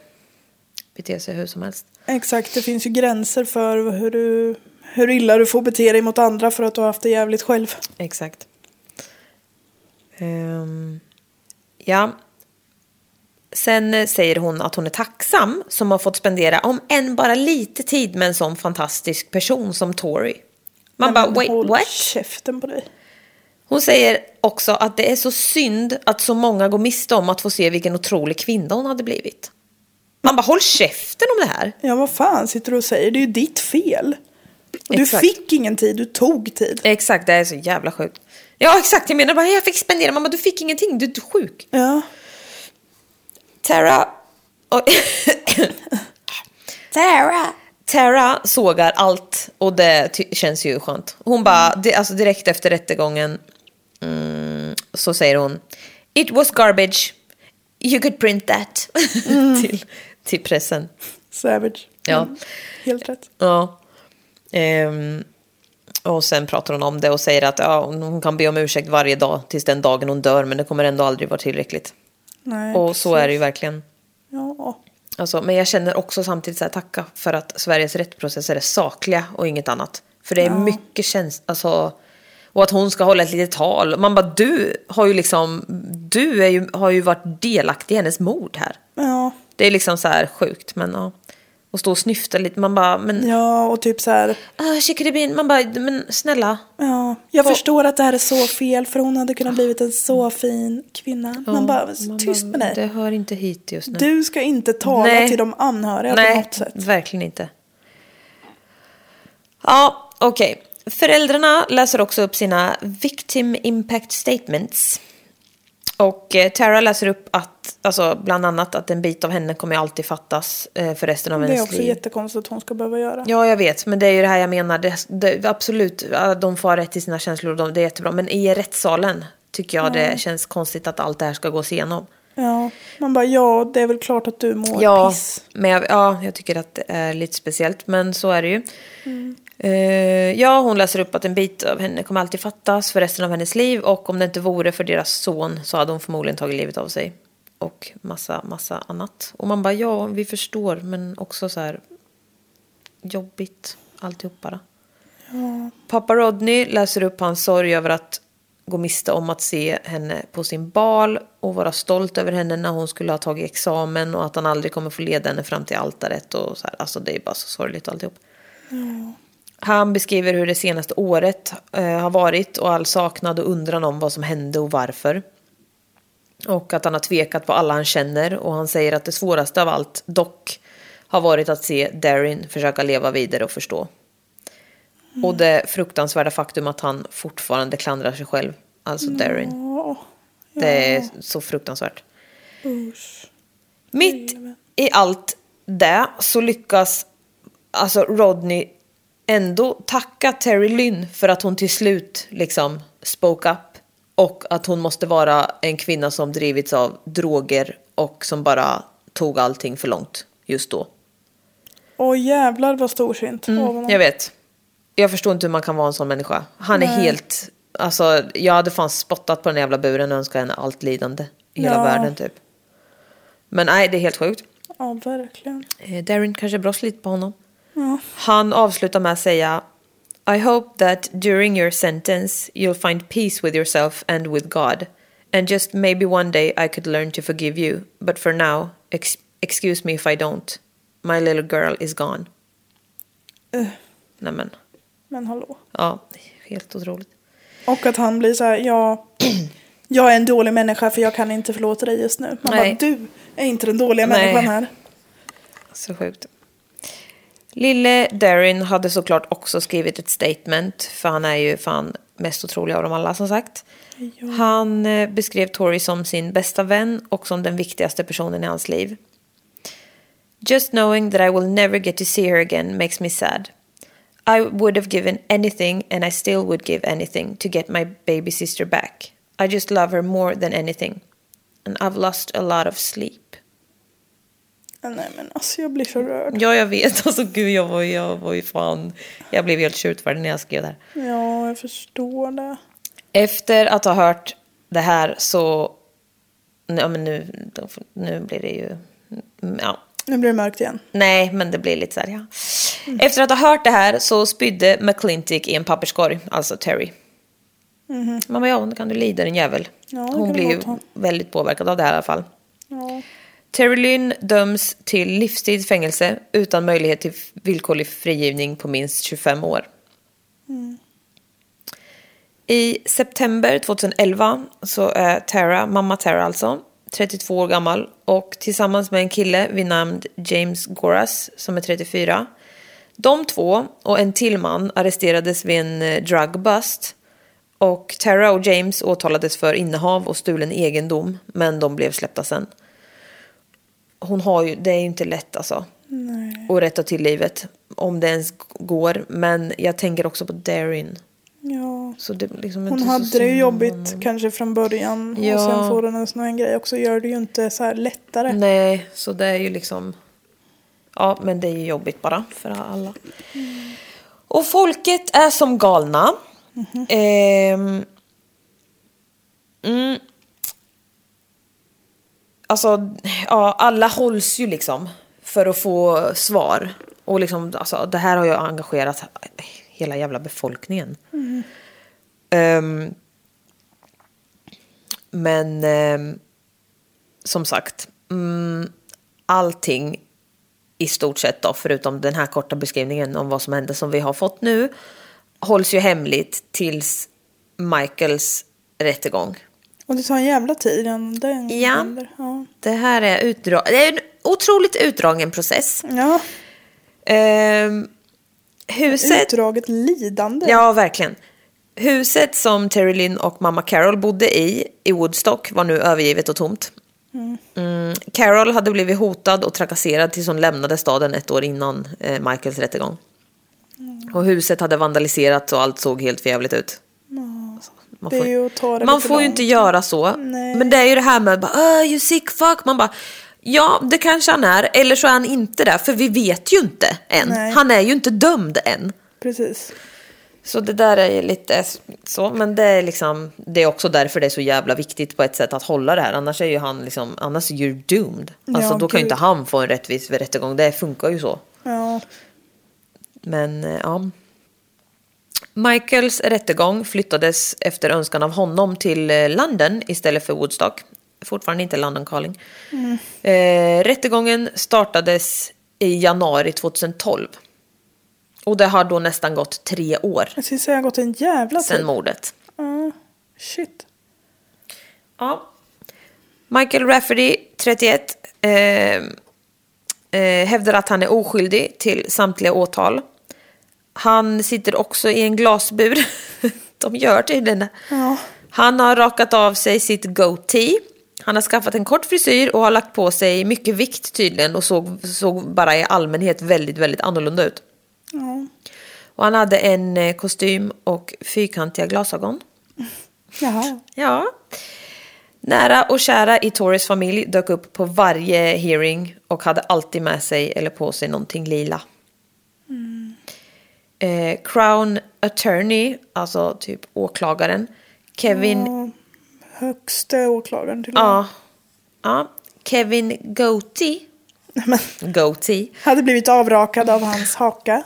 Speaker 2: bete sig hur som helst.
Speaker 3: exakt, det finns ju gränser för hur, du, hur illa du får bete dig mot andra för att du har haft det jävligt själv.
Speaker 2: Exakt. Ehm, ja. Sen eh, säger hon att hon är tacksam som har fått spendera om än bara lite tid med en sån fantastisk person som Tori. Man
Speaker 3: Nej,
Speaker 2: bara
Speaker 3: men
Speaker 2: wait
Speaker 3: håll
Speaker 2: what?
Speaker 3: käften på dig.
Speaker 2: Hon säger också att det är så synd att så många går miste om att få se vilken otrolig kvinna hon hade blivit. Man bara håll käften om det här.
Speaker 3: Ja, vad fan sitter du och säger? Det är ju ditt fel. Och du
Speaker 2: Exakt.
Speaker 3: fick ingen tid, du tog tid.
Speaker 2: Exakt, det är så jävla sjukt. Ja exakt, jag menar bara jag fick spendera, mamma du fick ingenting, du är sjuk.
Speaker 3: Ja.
Speaker 2: Tara... Och Tara! Tara sågar allt och det ty- känns ju skönt. Hon bara, di- alltså direkt efter rättegången mm, så säger hon It was garbage. You could print that. till, till pressen.
Speaker 3: Savage.
Speaker 2: Ja.
Speaker 3: Mm, Helt rätt.
Speaker 2: Ja. Ehm, och sen pratar hon om det och säger att ja, hon kan be om ursäkt varje dag tills den dagen hon dör men det kommer ändå aldrig vara tillräckligt.
Speaker 3: Nej,
Speaker 2: Och så
Speaker 3: precis.
Speaker 2: är det ju verkligen.
Speaker 3: Ja.
Speaker 2: Alltså, men jag känner också samtidigt så här, tacka för att Sveriges rättsprocesser är sakliga och inget annat. För det är mycket känsla, alltså, och att hon ska hålla ett litet tal. Man bara, du har ju liksom, du är ju, har ju varit delaktig i hennes mord här.
Speaker 3: ja.
Speaker 2: Det är liksom så här sjukt, men ja. Och stå och snyfta lite, man bara, men, ja.
Speaker 3: Ja, och typ så här.
Speaker 2: uh, man bara, men snälla.
Speaker 3: Ja, jag
Speaker 2: Och-
Speaker 3: förstår att det här är så fel för hon hade kunnat blivit en så fin kvinna. Man bara, tyst
Speaker 2: bara,
Speaker 3: med dig.
Speaker 2: Det hör inte hit just nu.
Speaker 3: Du ska inte tala
Speaker 2: Nej.
Speaker 3: till de anhöriga på
Speaker 2: Nej,
Speaker 3: något sätt.
Speaker 2: verkligen inte. Ja, okej. Föräldrarna läser också upp sina victim impact statements. Och eh, Tara läser upp att Alltså bland annat att en bit av henne kommer ju alltid fattas eh, för resten av
Speaker 3: Det är
Speaker 2: hennes
Speaker 3: också
Speaker 2: liv.
Speaker 3: jättekonstigt att hon ska behöva göra.
Speaker 2: Ja, jag vet. Men det är ju det här jag menar. Det, det, absolut, ja, de får ha rätt till sina känslor. och De, det är jättebra. Men i rättssalen tycker jag det känns konstigt att allt det här ska gås igenom.
Speaker 3: Ja, man bara ja, det är väl klart att du mår
Speaker 2: Ja,
Speaker 3: piss.
Speaker 2: men jag, ja, jag tycker att det är lite speciellt, men så är det ju. Eh, ja, hon läser upp att en bit av henne kommer alltid fattas för resten av hennes liv och om det inte vore för deras son så hade hon förmodligen tagit livet av sig. Och massa, massa annat. Och man bara, ja, vi förstår, men också så här jobbigt alltihop bara. Pappa Rodney läser upp hans sorg över att gå miste om att se henne på sin bal och vara stolt över henne när hon skulle ha tagit examen och att han aldrig kommer få leda henne fram till altaret och så här. Alltså det är bara så sorgligt alltihop. Han beskriver hur det senaste året eh, har varit och all saknad och undran om vad som hände och varför. Och att han har tvekat på alla han känner och han säger att det svåraste av allt dock har varit att se Darin försöka leva vidare och förstå. Och det fruktansvärda faktum att han fortfarande klandrar sig själv, alltså Darin. Det är så fruktansvärt. Mitt i allt det så lyckas alltså Rodney ändå tacka Terry Lynn för att hon till slut liksom spoke up. Och att hon måste vara en kvinna som drivits av droger och som bara tog allting för långt just då.
Speaker 3: Åh jävlar vad storsint. Åh, vad man-
Speaker 2: Mm, Jag vet. Jag förstår inte hur man kan vara en sån människa. Han är helt... Alltså, jag hade fan spottat på den jävla buren och önskat henne allt lidande i hela
Speaker 3: Ja.
Speaker 2: världen typ. Men nej, det är helt sjukt.
Speaker 3: Ja, verkligen.
Speaker 2: Eh, Darren kanske brås lite på honom. Han avslutar med att säga I hope that during your sentence you'll find peace with yourself and with God. And just maybe one day I could learn to forgive you. But for now, ex- excuse me if I don't. My little girl is gone. Nämen.
Speaker 3: Men hallå.
Speaker 2: Ja, helt otroligt.
Speaker 3: Och att han blir så här, ja, jag är en dålig människa för jag kan inte förlåta dig just nu. Man
Speaker 2: Nej.
Speaker 3: bara, du är inte den dåliga
Speaker 2: Nej.
Speaker 3: människan här.
Speaker 2: Så sjukt. Lille Darin hade såklart också skrivit ett statement, för han är ju fan mest otrolig av dem alla som sagt. Han eh, beskrev Tori som sin bästa vän och som den viktigaste personen i hans liv. Just knowing that I will never get to see her again makes me sad. I would have given anything and I still would give anything to get my baby sister back. I just love her more than anything. And I've lost a lot of sleep.
Speaker 3: Nej men alltså jag blir så rörd.
Speaker 2: Ja, jag vet. Alltså gud, jag var, jag var ju fan... Jag blev helt tjutfärdig när jag skrev det här.
Speaker 3: Ja, jag förstår det.
Speaker 2: Efter att ha hört det här så... Ja, men nu, nu blir det ju... Ja.
Speaker 3: Nu blir det mörkt igen.
Speaker 2: Nej, men det blir lite så här, ja. Efter att ha hört det här så spydde McClintic i en papperskorg, alltså Terry. mm Man bara, ja, nu kan du lida din jävel.
Speaker 3: Mhm. Ja, det
Speaker 2: Hon
Speaker 3: kan
Speaker 2: blir
Speaker 3: du
Speaker 2: ju
Speaker 3: gott ha.
Speaker 2: väldigt påverkad av det här i alla fall. Terry Lynn döms till livstids fängelse utan möjlighet till villkorlig frigivning på minst 25 år. I september 2011 så är Tara, mamma Tara alltså, 32 år gammal och tillsammans med en kille vid namn James Goras som är 34. De två och en till man arresterades vid en eh, drug bust och Tara och James åtalades för innehav och stulen egendom men de blev släppta sen. Hon har ju, det är ju inte lätt alltså. Att rätta till livet. Om det ens går. Men jag tänker också på Darin.
Speaker 3: Ja.
Speaker 2: Så det, liksom
Speaker 3: Hon
Speaker 2: inte så
Speaker 3: hade det ju
Speaker 2: synd om
Speaker 3: jobbigt
Speaker 2: honom.
Speaker 3: kanske från början
Speaker 2: Ja.
Speaker 3: och sen får hon en sån här grej också gör det ju inte så här lättare.
Speaker 2: Nej, så det är ju liksom... Ja, men det är ju jobbigt bara för alla. Och folket är som galna. Ehm. Mm. Alltså, ja, alla hålls ju liksom för att få svar. Och liksom, alltså, det här har ju engagerat hela jävla befolkningen. Ehm. men... ehm, som sagt, mm, allting i stort sett då, förutom den här korta beskrivningen om vad som hände som vi har fått nu, hålls ju hemligt tills Michaels rättegång.
Speaker 3: Och det tar en jävla tid innan den
Speaker 2: Ja.
Speaker 3: händer. Ja.
Speaker 2: Det här är, utdra- det är en otroligt utdragen process.
Speaker 3: ja.
Speaker 2: Ehm, huset...
Speaker 3: Utdraget lidande.
Speaker 2: Ja, verkligen. Huset som Terry Lynn och mamma Carol bodde i, i Woodstock, var nu övergivet och tomt.
Speaker 3: Mm.
Speaker 2: Mm. Carol hade blivit hotad och trakasserad tills hon lämnade staden ett år innan eh, Michaels rättegång.
Speaker 3: Mm.
Speaker 2: Och huset hade vandaliserats och allt såg helt förjävligt ut. Man
Speaker 3: Det är ju att ta det
Speaker 2: man
Speaker 3: lite
Speaker 2: får ju
Speaker 3: långt.
Speaker 2: inte göra så.
Speaker 3: Nej.
Speaker 2: Men det är ju det här med bara, "Åh, you sick fuck. Man bara, ja det kanske han är. Eller så är han inte det. För vi vet ju inte än.
Speaker 3: Nej.
Speaker 2: Han är ju inte dömd än.
Speaker 3: Precis.
Speaker 2: Så det där är ju lite så, men det är liksom, det är också därför det är så jävla viktigt på ett sätt att hålla det här. Annars är ju han liksom, annars är ju doomed. Alltså
Speaker 3: Ja,
Speaker 2: då kan ju
Speaker 3: gud.
Speaker 2: inte han få en rättvis rättegång, det funkar ju så.
Speaker 3: Ja.
Speaker 2: Men eh, ja. Michaels rättegång flyttades efter önskan av honom till eh, London istället för Woodstock. Fortfarande inte London Calling.
Speaker 3: Mm.
Speaker 2: Eh, rättegången startades i januari 2012. Och det har då nästan gått tre år
Speaker 3: Jag skulle säga Alltså, jag har gått en jävla tid.
Speaker 2: sen mordet.
Speaker 3: Ja. Shit.
Speaker 2: Ja. Michael Rafferty, 31, eh, eh, hävdar att han är oskyldig till samtliga åtal. Han sitter också i en glasbur. De gör tydligen det.
Speaker 3: Ja.
Speaker 2: Han har rakat av sig sitt goatee. Han har skaffat en kort frisyr och har lagt på sig mycket vikt tydligen och såg, såg bara i allmänhet väldigt, väldigt annorlunda ut.
Speaker 3: Ja.
Speaker 2: Och han hade en eh, kostym och fyrkantiga glasögon.
Speaker 3: Jaha.
Speaker 2: Ja. Nära och kära i Torres familj dök upp på varje hearing och hade alltid med sig eller på sig någonting lila.
Speaker 3: Mm.
Speaker 2: Eh, Crown Attorney, alltså typ åklagaren, Kevin...
Speaker 3: Högste åklagaren till och med.
Speaker 2: Ja. ja Kevin Goatee.
Speaker 3: Nej, Men,
Speaker 2: Goatee.
Speaker 3: hade blivit avrakad av hans haka.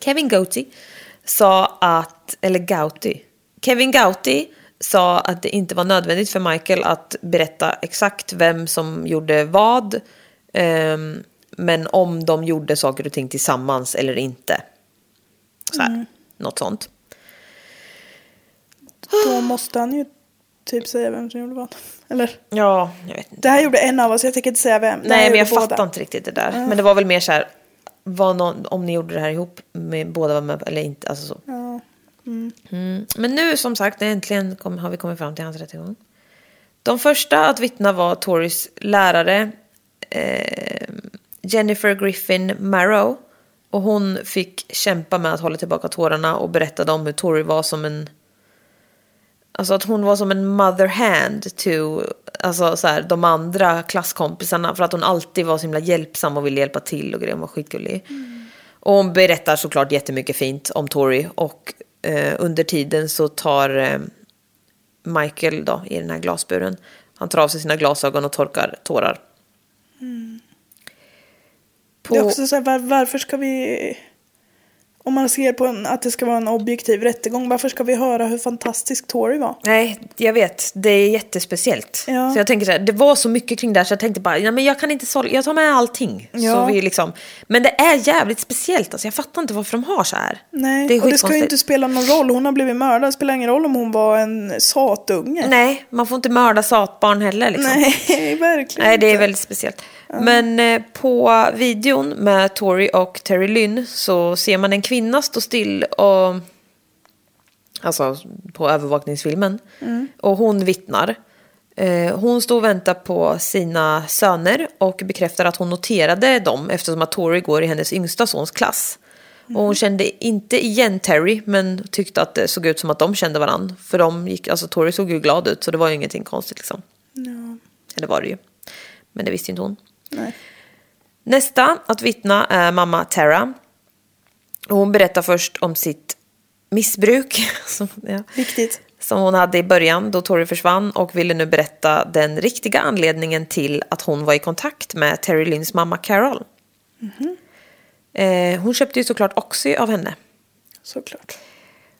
Speaker 2: Kevin Goatee sa att, eller Gauti, Kevin Gauti sa att det inte var nödvändigt för Michael att berätta exakt vem som gjorde vad. ehm, men om de gjorde saker och ting tillsammans eller inte. Så här, Något sånt.
Speaker 3: Då måste han ju typ säga vem som gjorde vad. Eller?
Speaker 2: Ja, jag vet inte.
Speaker 3: Det här gjorde en av oss, jag tänker inte säga vem. Det här
Speaker 2: Nej, men
Speaker 3: gjorde
Speaker 2: jag
Speaker 3: båda.
Speaker 2: fattar inte riktigt det där. Men det var väl mer så här, var någon, om ni gjorde det här ihop, med, båda var med eller inte. Alltså så.
Speaker 3: Ja.
Speaker 2: Mm. Men nu som sagt, äntligen kom, har vi kommit fram till hans rättegång. De första att vittna var Torys lärare eh, Jennifer Griffin Marrow. Och hon fick kämpa med att hålla tillbaka tårarna och berättade om hur Tory var som en... Alltså att hon var som en mother hand to alltså så här, de andra klasskompisarna. För att hon alltid var så himla hjälpsam och ville hjälpa till och grejer. Hon var skitgullig. Och hon berättar såklart jättemycket fint om Tori och eh, under tiden så tar eh, Michael då i den här glasburen. Han tar av sig sina glasögon och torkar tårar.
Speaker 3: Mm. Det är
Speaker 2: På,
Speaker 3: också så här, var, varför ska vi... Om man ser på en, att det ska vara en objektiv rättegång, varför ska vi höra hur fantastisk Tory var?
Speaker 2: nej, jag vet. Det är jättespeciellt.
Speaker 3: Ja.
Speaker 2: Så jag tänker så här, det var så mycket kring det här så jag tänkte bara, ja, men jag kan inte sålla, jag tar med allting. Så
Speaker 3: Ja.
Speaker 2: vi liksom, men det är jävligt speciellt alltså, jag fattar inte varför de har så här.
Speaker 3: Nej,
Speaker 2: det är
Speaker 3: och det ska ju
Speaker 2: skitkonstigt.
Speaker 3: inte spela någon roll. Hon har blivit mördad, det spelar ingen roll om hon var en satunge.
Speaker 2: Nej, man får inte mörda satbarn heller liksom.
Speaker 3: Nej, verkligen
Speaker 2: Nej, det är
Speaker 3: inte.
Speaker 2: väldigt speciellt. Men eh, på videon med Tori och Terry Lynn så ser man en kvinna stå still och... Alltså på övervakningsfilmen.
Speaker 3: Mm.
Speaker 2: Och hon vittnar. Eh, Hon står och väntar på sina söner och bekräftar att hon noterade dem eftersom att Tori går i hennes yngsta sons klass. Och
Speaker 3: Mm.
Speaker 2: hon kände inte igen Terry men tyckte att det såg ut som att de kände varandra. För de gick, alltså Tori såg ju glad ut så det var ju ingenting konstigt liksom. Eller var det ju. Men det visste inte hon.
Speaker 3: Nej.
Speaker 2: Nästa att vittna är mamma Tara. Och hon berättar först om sitt missbruk. Som, ja,
Speaker 3: Viktigt.
Speaker 2: som hon hade i början då Tori försvann och ville nu berätta den riktiga anledningen till att hon var i kontakt med Terry Lynns mamma Carol. Eh, hon köpte ju såklart Oxy av henne.
Speaker 3: Såklart.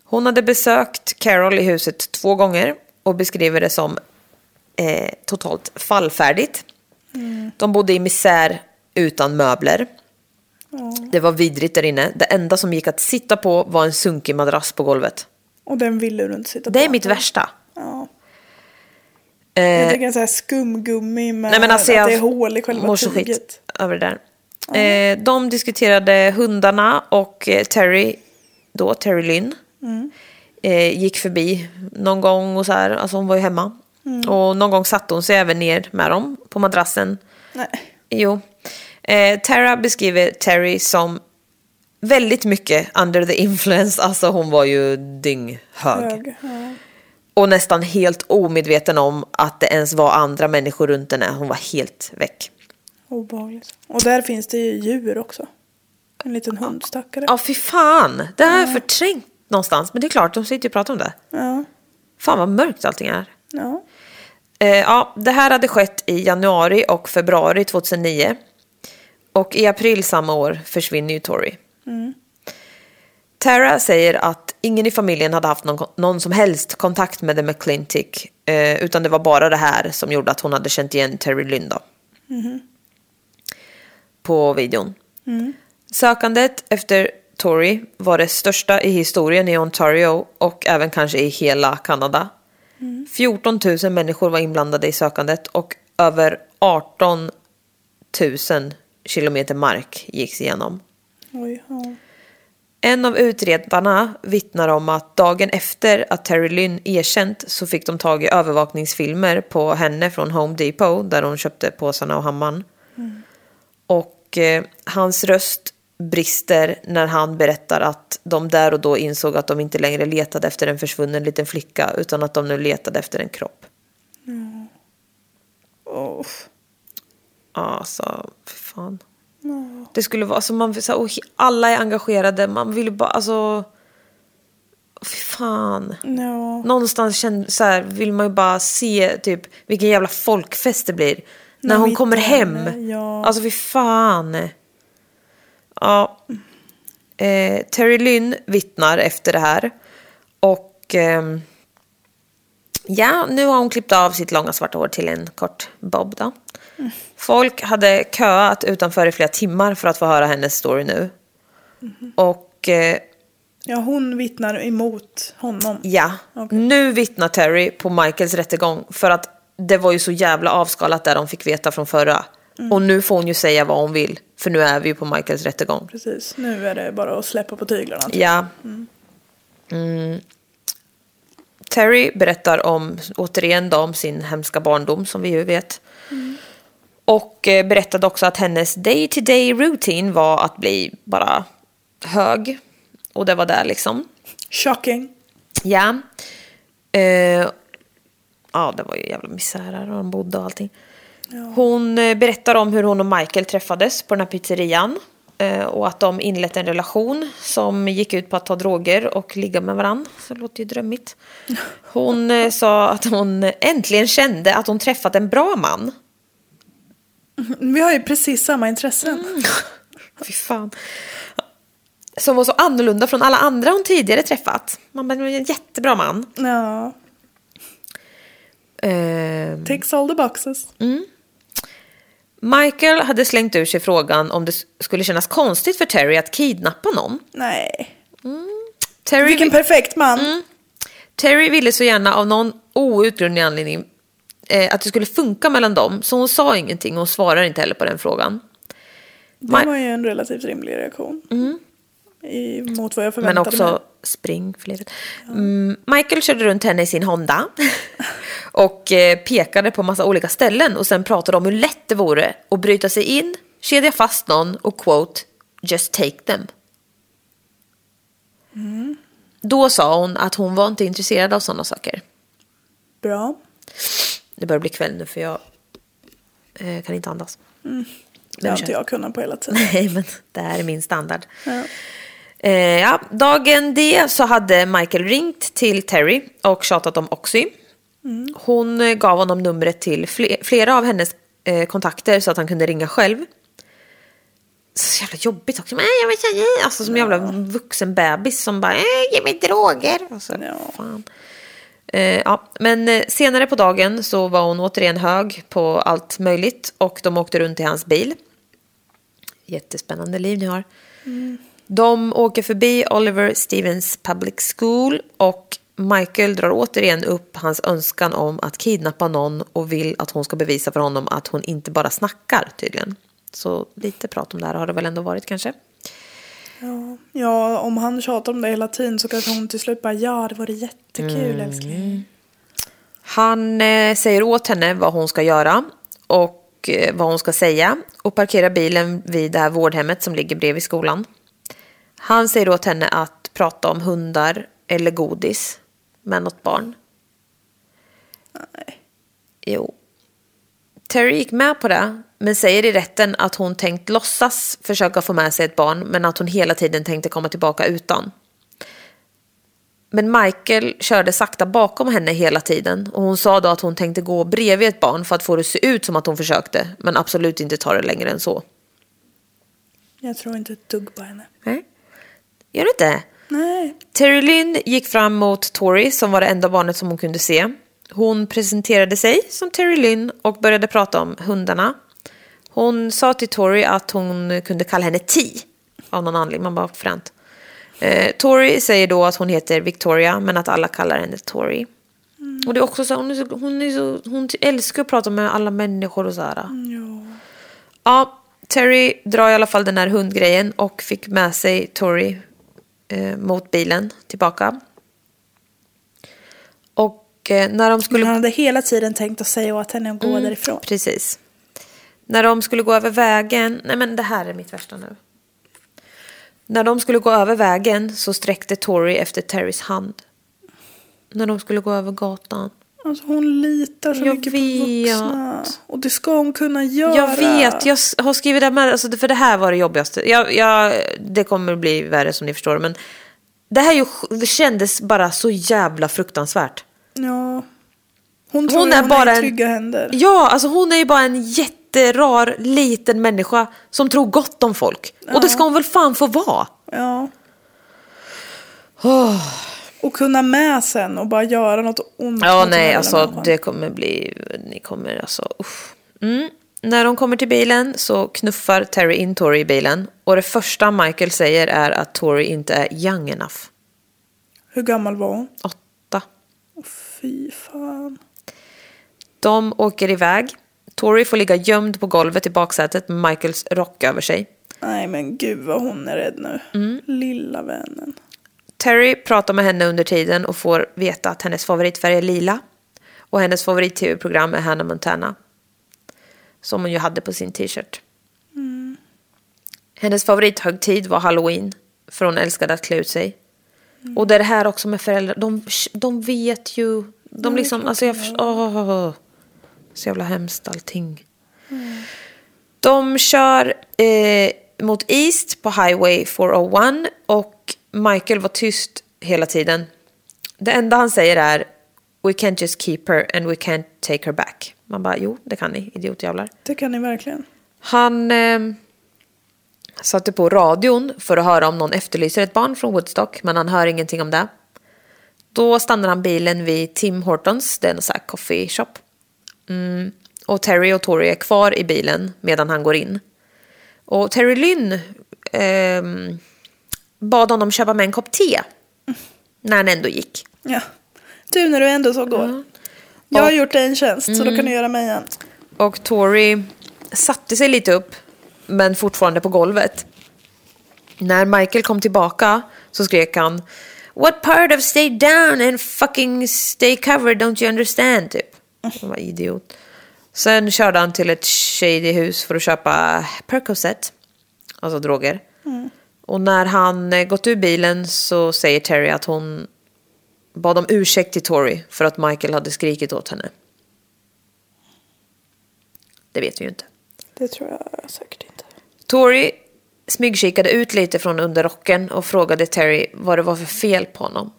Speaker 2: Hon hade besökt Carol i huset två gånger och beskriver det som eh, totalt fallfärdigt. De bodde i misär utan möbler. Det var vidrigt där inne. Det enda som gick att sitta på var en sunkig madrass på golvet.
Speaker 3: Och den ville du inte sitta på.
Speaker 2: Det är mitt värsta.
Speaker 3: Ja.
Speaker 2: Eh,
Speaker 3: Jag tänker en sån här skumgummi med
Speaker 2: Nej, men alltså,
Speaker 3: att
Speaker 2: jag
Speaker 3: det är hål i själva
Speaker 2: mår så
Speaker 3: tyget.
Speaker 2: skit över det där. Eh, de diskuterade hundarna och eh, Terry, då
Speaker 3: Mm.
Speaker 2: Terry Lynn, eh, gick förbi någon gång och så här, alltså hon var ju hemma.
Speaker 3: Mm.
Speaker 2: Och någon gång satte hon sig även ner med dem på madrassen.
Speaker 3: Nej.
Speaker 2: Jo. Eh, Tara beskriver Terry som väldigt mycket under the influence. Alltså hon var ju dynghög.
Speaker 3: Hög. Ja.
Speaker 2: Och nästan helt omedveten om att det ens var andra människor runt henne. Hon var helt väck.
Speaker 3: Obehagligt. Och där finns det ju djur också. En liten hundstackare.
Speaker 2: Ja, fy fan. Det här är förträngt någonstans. Men det är klart, de sitter ju och pratar om det.
Speaker 3: Ja.
Speaker 2: Fan vad mörkt allting är.
Speaker 3: ja.
Speaker 2: Eh, ja, det här hade skett i januari och februari 2009. Och i april samma år försvinner ju Tori. Tara säger att ingen i familjen hade haft någon, någon som helst kontakt med The McClintic. Eh, utan det var bara det här som gjorde att hon hade känt igen Terry Lynn då. På videon. Sökandet efter Tori var det största i historien i Ontario och även kanske i hela Kanada. 14 000 människor var inblandade i sökandet och över 18 000 kilometer mark gicks igenom.
Speaker 3: Oj, ja.
Speaker 2: En av utredarna vittnar om att dagen efter att Terry Lynn erkänt så fick de tag i övervakningsfilmer på henne från Home Depot där hon köpte påsarna och hammaren. Och eh, hans röst brister när han berättar att de där och då insåg att de inte längre letade efter en försvunnen liten flicka utan att de nu letade efter en kropp.
Speaker 3: Oh.
Speaker 2: Alltså, för fan. Det skulle vara, alltså man, vill så här, och he- alla är engagerade, man vill bara, alltså... Fy fan.
Speaker 3: Ja.
Speaker 2: Någonstans känn, så här, vill man ju bara se typ vilken jävla folkfest det blir. När hon
Speaker 3: vi
Speaker 2: kommer
Speaker 3: tar
Speaker 2: hem.
Speaker 3: henne, ja.
Speaker 2: Alltså fy fan. Ja. Eh, Terry Lynn vittnar efter det här. Och ehm, ja, nu har hon klippt av sitt långa svarta hår till en kort bob då. Folk hade köat utanför i flera timmar för att få höra hennes story nu.
Speaker 3: Mhm.
Speaker 2: Och eh,
Speaker 3: ja, hon vittnar emot honom.
Speaker 2: Ja.
Speaker 3: Okej.
Speaker 2: Nu vittnar Terry på Michaels rättegång för att det var ju så jävla avskalat där de fick veta från förra. Och nu får hon ju säga vad hon vill, för nu är vi ju på Michaels rättegång.
Speaker 3: Precis, nu är det bara att släppa på tyglarna. typ.
Speaker 2: Ja. Mm. Terry berättar om, återigen då, om sin hemska barndom som vi ju vet. Och eh, berättade också att hennes day to day routine var att bli bara hög. Och det var där liksom.
Speaker 3: Shocking.
Speaker 2: Ja. Eh, ja, det var ju jävla misär här och de bodde och allting. Hon eh, berättar om hur hon och Michael träffades på den här pizzerian. eh, Och att de inlett en relation som gick ut på att ta droger och ligga med varandra. Så det låter ju drömmigt. Hon eh, sa att hon äntligen kände att hon träffat en bra man.
Speaker 3: Vi har ju precis samma intressen.
Speaker 2: Mm. Fy fan. Som var så annorlunda från alla andra hon tidigare träffat. Man bara, "Men en jättebra man.
Speaker 3: Ja,
Speaker 2: Eh,
Speaker 3: takes all the boxes.
Speaker 2: Mm. Michael hade slängt ur sig frågan om det s- skulle kännas konstigt för Terry att kidnappa någon.
Speaker 3: Nej.
Speaker 2: Terry,
Speaker 3: Vilken perfekt man.
Speaker 2: Mm. Terry ville så gärna av någon outgrundlig anledning eh, att det skulle funka mellan dem, så hon sa ingenting och hon svarar inte heller på den frågan.
Speaker 3: Det
Speaker 2: Ma- Mm.
Speaker 3: var ju en relativt rimlig reaktion. I, mot vad jag
Speaker 2: Men
Speaker 3: förväntade
Speaker 2: också spring för livet. Mm, Michael körde runt henne i sin Honda och eh, pekade på massa olika ställen och sen pratade om hur lätt det vore att bryta sig in, kedja fast någon och quote “just take them”. Då sa hon att hon var inte intresserad av sådana saker.
Speaker 3: mig. Bra.
Speaker 2: Det börjar bli kväll nu för jag eh, kan inte andas.
Speaker 3: Det har
Speaker 2: kör.
Speaker 3: inte jag kunnat på hela tiden.
Speaker 2: Nej, men det här är min standard. Eh, ja, dagen D så hade Michael ringt till Terry och tjatat om Oxy. Hon eh, gav honom numret till fle- flera av hennes eh, kontakter så att han kunde ringa själv. Så jävla jobbigt också. Men jag vet inte, Alltså som jävla vuxen bebis som bara "Eh, ge mig droger. Alltså,
Speaker 3: Ja.
Speaker 2: fan. Eh, ja. Men eh, senare på dagen så var hon återigen hög på allt möjligt och de åkte runt i hans bil. Jättespännande liv ni har. De åker förbi Oliver Stevens Public School och Michael drar återigen upp hans önskan om att kidnappa någon och vill att hon ska bevisa för honom att hon inte bara snackar tydligen. Så lite prat om det här har det väl ändå varit kanske.
Speaker 3: Ja, om
Speaker 2: Mm.
Speaker 3: han tjatar om det hela tiden så kanske hon till slut bara ja, det vore jättekul älskling.
Speaker 2: Han eh, säger åt henne vad hon ska göra och eh, vad hon ska säga och parkerar bilen vid det här vårdhemmet som ligger bredvid skolan. Han säger åt henne att prata om hundar eller godis med något barn.
Speaker 3: Nej.
Speaker 2: Jo. Terry gick med på det, men säger i rätten att hon tänkt låtsas försöka få med sig ett barn, men att hon hela tiden tänkte komma tillbaka utan. Men Michael körde sakta bakom henne hela tiden och hon sa då att hon tänkte gå bredvid ett barn för att få det att se ut som att hon försökte, men absolut inte ta det längre än så.
Speaker 3: Jag tror inte ett dugg på henne.
Speaker 2: Nej. Gör det inte?
Speaker 3: Nej.
Speaker 2: Terry Lynn gick fram mot Tori som var det enda barnet som hon kunde se. Hon presenterade sig som Terry Lynn och började prata om hundarna. Hon sa till Tori att hon kunde kalla henne Ti av någon anledning. Man bara fränt. Eh, Tori säger då att hon heter Victoria men att alla kallar henne Tori. Och det är också så, hon, är så, hon, är så, hon älskar att prata med alla människor och sådär.
Speaker 3: Ja.
Speaker 2: Ja, Terry drar i alla fall den här hundgrejen och fick med sig Tori eh, mot bilen tillbaka. Och eh, när de
Speaker 3: Men
Speaker 2: skulle... Mm,
Speaker 3: han hade hela tiden tänkt att säga åt henne att gå därifrån.
Speaker 2: Precis. När de skulle gå över vägen... Nej men det här är mitt värsta nu. När de skulle gå över vägen så sträckte Tori efter Terrys hand. När de skulle gå över gatan.
Speaker 3: Alltså hon litar så
Speaker 2: Jag
Speaker 3: mycket på
Speaker 2: vet.
Speaker 3: vuxna. Och det ska hon kunna göra.
Speaker 2: Jag vet, jag s- har skrivit det här med, alltså, för det här var det jobbigaste. Jag, jag, det kommer bli värre som ni förstår, men det här ju, det kändes bara så jävla fruktansvärt.
Speaker 3: Ja. Hon tror
Speaker 2: Hon
Speaker 3: hon
Speaker 2: är
Speaker 3: är, hon
Speaker 2: bara
Speaker 3: är
Speaker 2: en-
Speaker 3: i trygga händer.
Speaker 2: Ja, alltså hon är ju bara en jätterar liten människa som tror gott om folk. Och det ska hon väl fan få vara.
Speaker 3: Ja. Och kunna med sen och bara göra något ont.
Speaker 2: Ah. Ja,
Speaker 3: mot den
Speaker 2: nej,
Speaker 3: här
Speaker 2: alltså
Speaker 3: människan.
Speaker 2: det kommer bli, ni kommer alltså, uff. Mm. När de kommer till bilen så knuffar Terry in Tori i bilen och det första Michael säger är att Tori inte är young enough.
Speaker 3: Hur gammal var hon?
Speaker 2: Åtta.
Speaker 3: Fy fan.
Speaker 2: De åker iväg. Tori får ligga gömd på golvet i baksätet med Michaels rock över sig.
Speaker 3: Nej men gud vad hon är rädd nu.
Speaker 2: Mm.
Speaker 3: Lilla vännen.
Speaker 2: Terry pratar med henne under tiden och får veta att hennes favoritfärg är lila. Och hennes favorit-tv-program är Hannah Montana. Som hon ju hade på sin t-shirt. Hennes favorithögtid var halloween. För hon älskade att klä ut sig. Och det är det här också med föräldrar. De, de vet ju. De liksom, alltså jag förs- åh. Så jävla hemskt allting. De kör eh, mot East på Highway 401 och Michael var tyst hela tiden. Det enda han säger är We can't just keep her and we can't take her back. Man bara jo, det kan ni, idiotjävlar.
Speaker 3: Det kan ni verkligen.
Speaker 2: Han eh, satte på radion för att höra om någon efterlyser ett barn från Woodstock, men han hör ingenting om det. Då stannar han bilen vid Tim Hortons, det är en sån här coffee shop. Mm. Och Terry och Tori är kvar i bilen medan han går in. Och Terry Lynn ehm, bad honom köpa med en kopp te när han ändå gick.
Speaker 3: Ja. Du när du ändå så går.
Speaker 2: Mm.
Speaker 3: Jag har gjort dig en tjänst så då kan du göra mig en.
Speaker 2: Och Tori satte sig lite upp, men fortfarande på golvet. När Michael kom tillbaka så skrek han What part of stay down and fucking stay covered don't you understand? Typ. Han var idiot. Sen körde han till ett shady hus för att köpa Percocet, alltså droger. Och när han eh, gått ur bilen så säger Terry att hon bad om ursäkt till Tori för att Michael hade skrikit åt henne. Det vet vi ju inte.
Speaker 3: Det tror jag säkert inte.
Speaker 2: Tori smygkikade ut lite från under rocken och frågade Terry vad det var för fel på honom.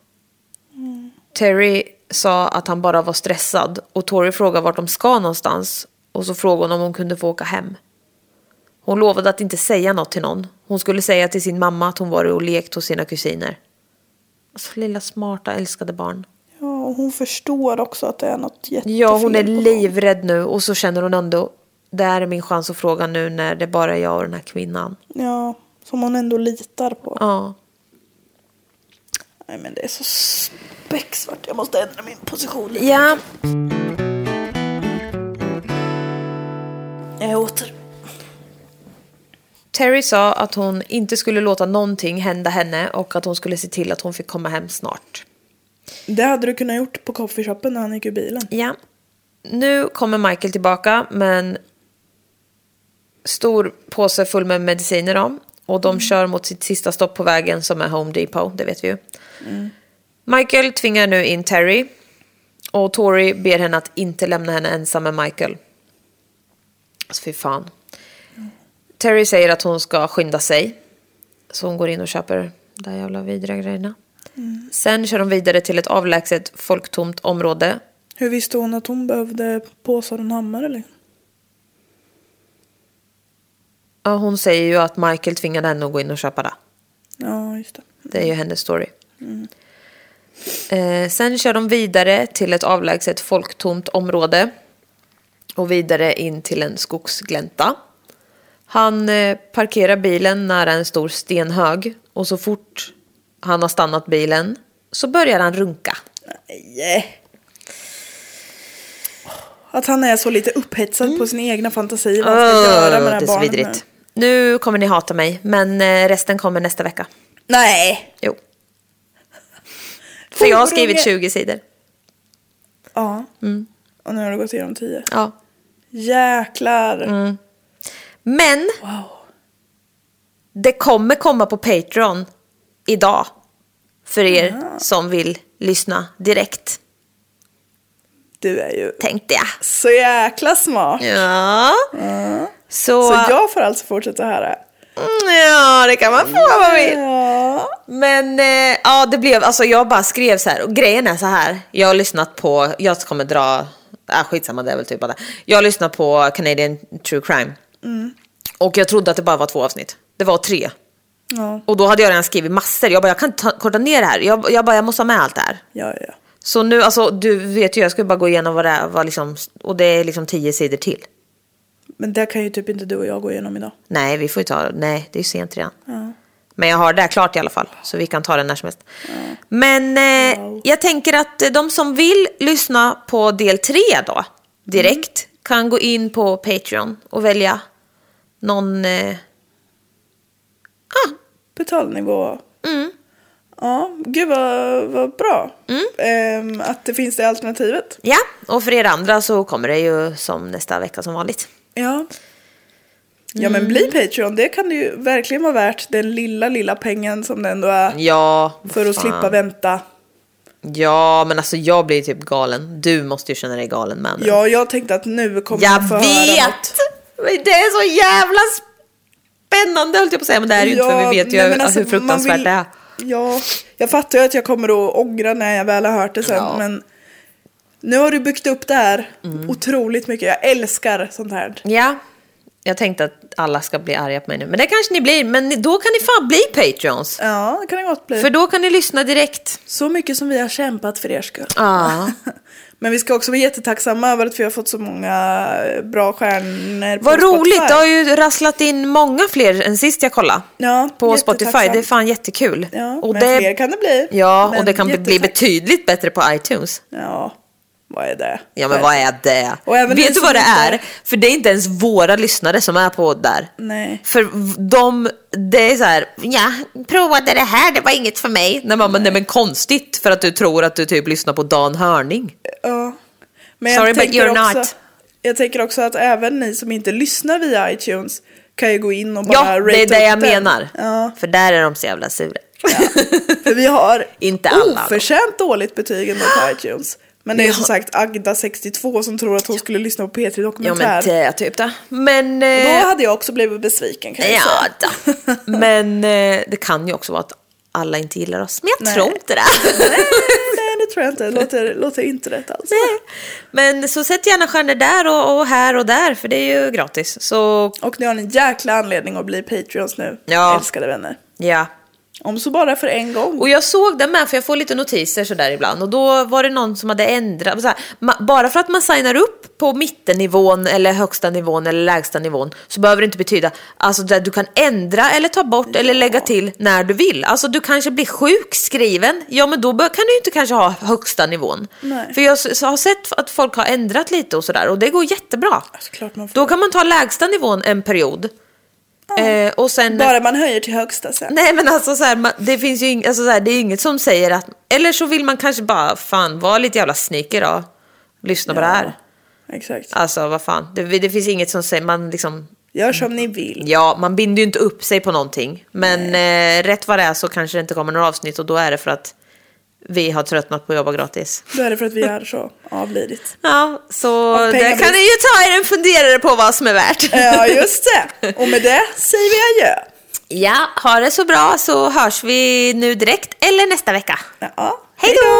Speaker 2: Terry sa att han bara var stressad och Tori frågade vart de ska någonstans och så frågade hon om hon kunde få åka hem. Hon lovade att inte säga något till någon. Hon skulle säga till sin mamma att hon var och lekt hos sina kusiner. Alltså lilla smarta älskade barn.
Speaker 3: Ja, och hon förstår också att det är något jättefel
Speaker 2: Ja, hon är
Speaker 3: på gång.
Speaker 2: livrädd nu och så känner hon ändå det här är min chans att fråga nu när det bara är jag och den här kvinnan.
Speaker 3: Ja, som hon ändå litar på.
Speaker 2: Ja.
Speaker 3: Nej men det är så späcksvart. Jag måste ändra min position lite.
Speaker 2: Ja,
Speaker 3: Jag är åter.
Speaker 2: Terry sa att hon inte skulle låta någonting hända henne och att hon skulle se till att hon fick komma hem snart.
Speaker 3: Det hade du kunnat gjort på coffeeshopen när han gick ur bilen.
Speaker 2: Ja. Nu kommer Michael tillbaka men stor påse full med mediciner om. Och de kör mot sitt sista stopp på vägen som är Home Depot, det vet vi ju. Michael tvingar nu in Terry. Och Tori ber henne att inte lämna henne ensam med Michael. Alltså fy fan. Terry säger att hon ska skynda sig. Så hon går in och köper de där jävla vidriga grejerna. Sen kör de vidare till ett avlägset folktomt område
Speaker 3: Hur visste hon att hon behövde påsar och en hammare eller?
Speaker 2: Ja, hon säger ju att Michael tvingade henne att gå in och köpa det.
Speaker 3: Ja, just det.
Speaker 2: Det
Speaker 3: Mm.
Speaker 2: är ju hennes story. Eh, sen kör de vidare till ett avlägset folktomt område. Och vidare in till en skogsglänta. Han eh, parkerar bilen nära en stor stenhög. Och så fort han har stannat bilen så börjar han runka.
Speaker 3: Nej. Att han är så lite upphetsad på sina egna fantasier. Vad han ska göra med det
Speaker 2: Mm. Åh,
Speaker 3: här
Speaker 2: det är så
Speaker 3: barnet nu.
Speaker 2: vidrigt. Nu kommer ni hata mig, men eh, resten kommer nästa vecka.
Speaker 3: Nej.
Speaker 2: Jo. För jag har
Speaker 3: Horunge.
Speaker 2: skrivit Mm. 20 sidor.
Speaker 3: Ja. Och nu har det gått igenom tio.
Speaker 2: Ja.
Speaker 3: Jäklar.
Speaker 2: Mm. Men det kommer komma på Patreon idag. För er som vill lyssna direkt,
Speaker 3: Du är ju
Speaker 2: tänkte jag.
Speaker 3: så jäkla smart.
Speaker 2: Ja. Så,
Speaker 3: Så jag får alltså fortsätta här.
Speaker 2: Mm, ja, det kan man få om man vill.
Speaker 3: Ja.
Speaker 2: Men eh, ja, det blev, alltså jag bara skrev så här. Och grejen är så här. Jag har lyssnat på, jag kommer dra, äh, skitsamma det är väl typ bara det. Jag har lyssnat på Canadian True Crime.
Speaker 3: Mm.
Speaker 2: Och jag trodde att det bara var två avsnitt. Det var tre.
Speaker 3: Ja,
Speaker 2: Och då hade jag redan skrivit massor. Jag bara, jag kan ta, korta ner det här. Jag, jag bara, jag måste ha med allt det här.
Speaker 3: ja, ja.
Speaker 2: Så nu, alltså du vet ju, jag skulle bara gå igenom vad det är, vad liksom, och det är liksom tio sidor till.
Speaker 3: Men det kan ju typ inte du och jag gå igenom idag.
Speaker 2: Nej, vi får ju ta, nej, det är ju sent redan. Men jag har det här klart i alla fall, så vi kan ta det när som helst. Men eh, jag tänker att eh, de som vill lyssna på del tre då, direkt,
Speaker 3: Mm.
Speaker 2: kan gå in på Patreon och välja någon... Eh,
Speaker 3: Betalnivå.
Speaker 2: Mm.
Speaker 3: Ja, gud vad, vad bra. Ehm, att det finns det alternativet.
Speaker 2: ja, och för er andra så kommer det ju som nästa vecka som vanligt.
Speaker 3: Ja. Ja men
Speaker 2: Mm.
Speaker 3: bli Patreon, det kan det ju verkligen vara värt den lilla, lilla pengen som det ändå är.
Speaker 2: Ja,
Speaker 3: För att
Speaker 2: fan.
Speaker 3: slippa vänta.
Speaker 2: Ja, men alltså jag blir ju typ galen. Du måste ju känna dig galen med nu.
Speaker 3: Ja, jag tänkte att nu kommer
Speaker 2: jag
Speaker 3: få höra något.
Speaker 2: vet! Men Det är så jävla spännande höll jag på att säga, men det är det ju inte för vi vet ju
Speaker 3: nej, men alltså,
Speaker 2: hur fruktansvärt
Speaker 3: man vill-
Speaker 2: det är.
Speaker 3: Ja, jag fattar ju att jag kommer att ångra när jag väl har hört det sen.
Speaker 2: Ja. Mm.
Speaker 3: Men nu har du byggt upp det här otroligt mycket. Jag älskar sånt här.
Speaker 2: Ja, jag tänkte att alla ska bli arga på mig nu, men det kanske ni blir. Men ni- då kan ni fan bli patreons.
Speaker 3: Ja, det kan det gott bli.
Speaker 2: För då kan ni lyssna direkt. Ah.
Speaker 3: Så mycket som vi har kämpat för er skull.
Speaker 2: Ja.
Speaker 3: Men vi ska också vara jättetacksamma över att vi har fått så många eh, bra stjärnor på
Speaker 2: Vad roligt,
Speaker 3: Spotify.
Speaker 2: det har ju rasslat in många fler än sist jag kollade.
Speaker 3: Ja,
Speaker 2: på
Speaker 3: jättetacksam.
Speaker 2: Spotify, det är fan jättekul.
Speaker 3: Ja,
Speaker 2: och
Speaker 3: men fler kan det bli.
Speaker 2: Ja,
Speaker 3: Men
Speaker 2: och det kan bli
Speaker 3: jättetack-
Speaker 2: betydligt bättre på iTunes.
Speaker 3: Ja, vad är det?
Speaker 2: Ja men vad är det?
Speaker 3: Och även ni
Speaker 2: Vet du
Speaker 3: som
Speaker 2: vad det
Speaker 3: inte-
Speaker 2: är? För det är inte ens våra lyssnare som är på där.
Speaker 3: Nej.
Speaker 2: För v- de, det är så här, ja, provade det här, det var inget för mig. Nej, man, bara, nej men konstigt för att du tror att du typ lyssnar på Dan Hörning.
Speaker 3: Ja. Men
Speaker 2: Sorry,
Speaker 3: jag
Speaker 2: but
Speaker 3: tänker
Speaker 2: you're
Speaker 3: också,
Speaker 2: not.
Speaker 3: Jag tänker också att även ni som inte lyssnar via iTunes kan ju gå in och bara
Speaker 2: Ja,
Speaker 3: rate
Speaker 2: det är det
Speaker 3: upp
Speaker 2: jag
Speaker 3: den.
Speaker 2: menar.
Speaker 3: Ja,
Speaker 2: För där är de så jävla sura.
Speaker 3: för vi har
Speaker 2: Inte alla då.
Speaker 3: oförtjänt dåligt betyg ändå på iTunes. Men det är som sagt Agda 62 som tror att hon skulle lyssna på P3
Speaker 2: Ja
Speaker 3: Dokumentär.
Speaker 2: men det typ det. Men...
Speaker 3: då
Speaker 2: eh,
Speaker 3: hade jag också blivit besviken kan jag
Speaker 2: Ja,
Speaker 3: säga.
Speaker 2: då. men eh, det kan ju också vara att alla inte gillar oss. Men jag
Speaker 3: Nej.
Speaker 2: tror inte det.
Speaker 3: Nej, det tror jag inte. Låter, låter inte rätt alltså. alls.
Speaker 2: Nej. Men så sätt gärna stjärnor där och, och här och där, för det är ju gratis. Så
Speaker 3: Och ni har en jäkla anledning att bli Patreons nu,
Speaker 2: Ja.
Speaker 3: älskade vänner.
Speaker 2: ja.
Speaker 3: Om så bara för en gång.
Speaker 2: Och jag såg det med, för jag får lite notiser sådär ibland. Och då var det någon som hade ändrat. Så här, ma- bara för att man signar upp på mittennivån eller högsta nivån eller lägsta nivån så behöver det inte betyda alltså där du kan ändra eller ta bort eller lägga till när du vill. Alltså du kanske blir sjukskriven. Ja, men då bör- kan du ju inte kanske ha högsta nivån.
Speaker 3: Nej.
Speaker 2: För jag s- har sett att folk har ändrat lite och sådär och det går jättebra.
Speaker 3: Såklart man får.
Speaker 2: Då kan man ta lägsta nivån en period. Eh, och sen...
Speaker 3: Bara man höjer till högsta sen.
Speaker 2: Nej men alltså så här, man, det finns ju ing, alltså så här, det är inget som säger att... Eller så vill man kanske bara, fan var lite jävla sneaky då. Lyssna på det här.
Speaker 3: Exakt.
Speaker 2: Alltså vad fan, det, det finns inget som säger, man liksom...
Speaker 3: Gör som ni vill.
Speaker 2: Ja, man binder ju inte upp sig på någonting. Men eh, rätt vad det är så kanske det inte kommer några avsnitt och då är det för att vi har tröttnat på att jobba gratis.
Speaker 3: Då är det för att vi är så avlidit.
Speaker 2: Ja, så
Speaker 3: Och pengar
Speaker 2: där kan
Speaker 3: blir-
Speaker 2: ni ju ta er en funderare på vad som är värt.
Speaker 3: Ja, just det. Och med det säger vi adjö.
Speaker 2: Ja, ha det så bra så hörs vi nu direkt eller nästa vecka.
Speaker 3: Ja.
Speaker 2: Hej då!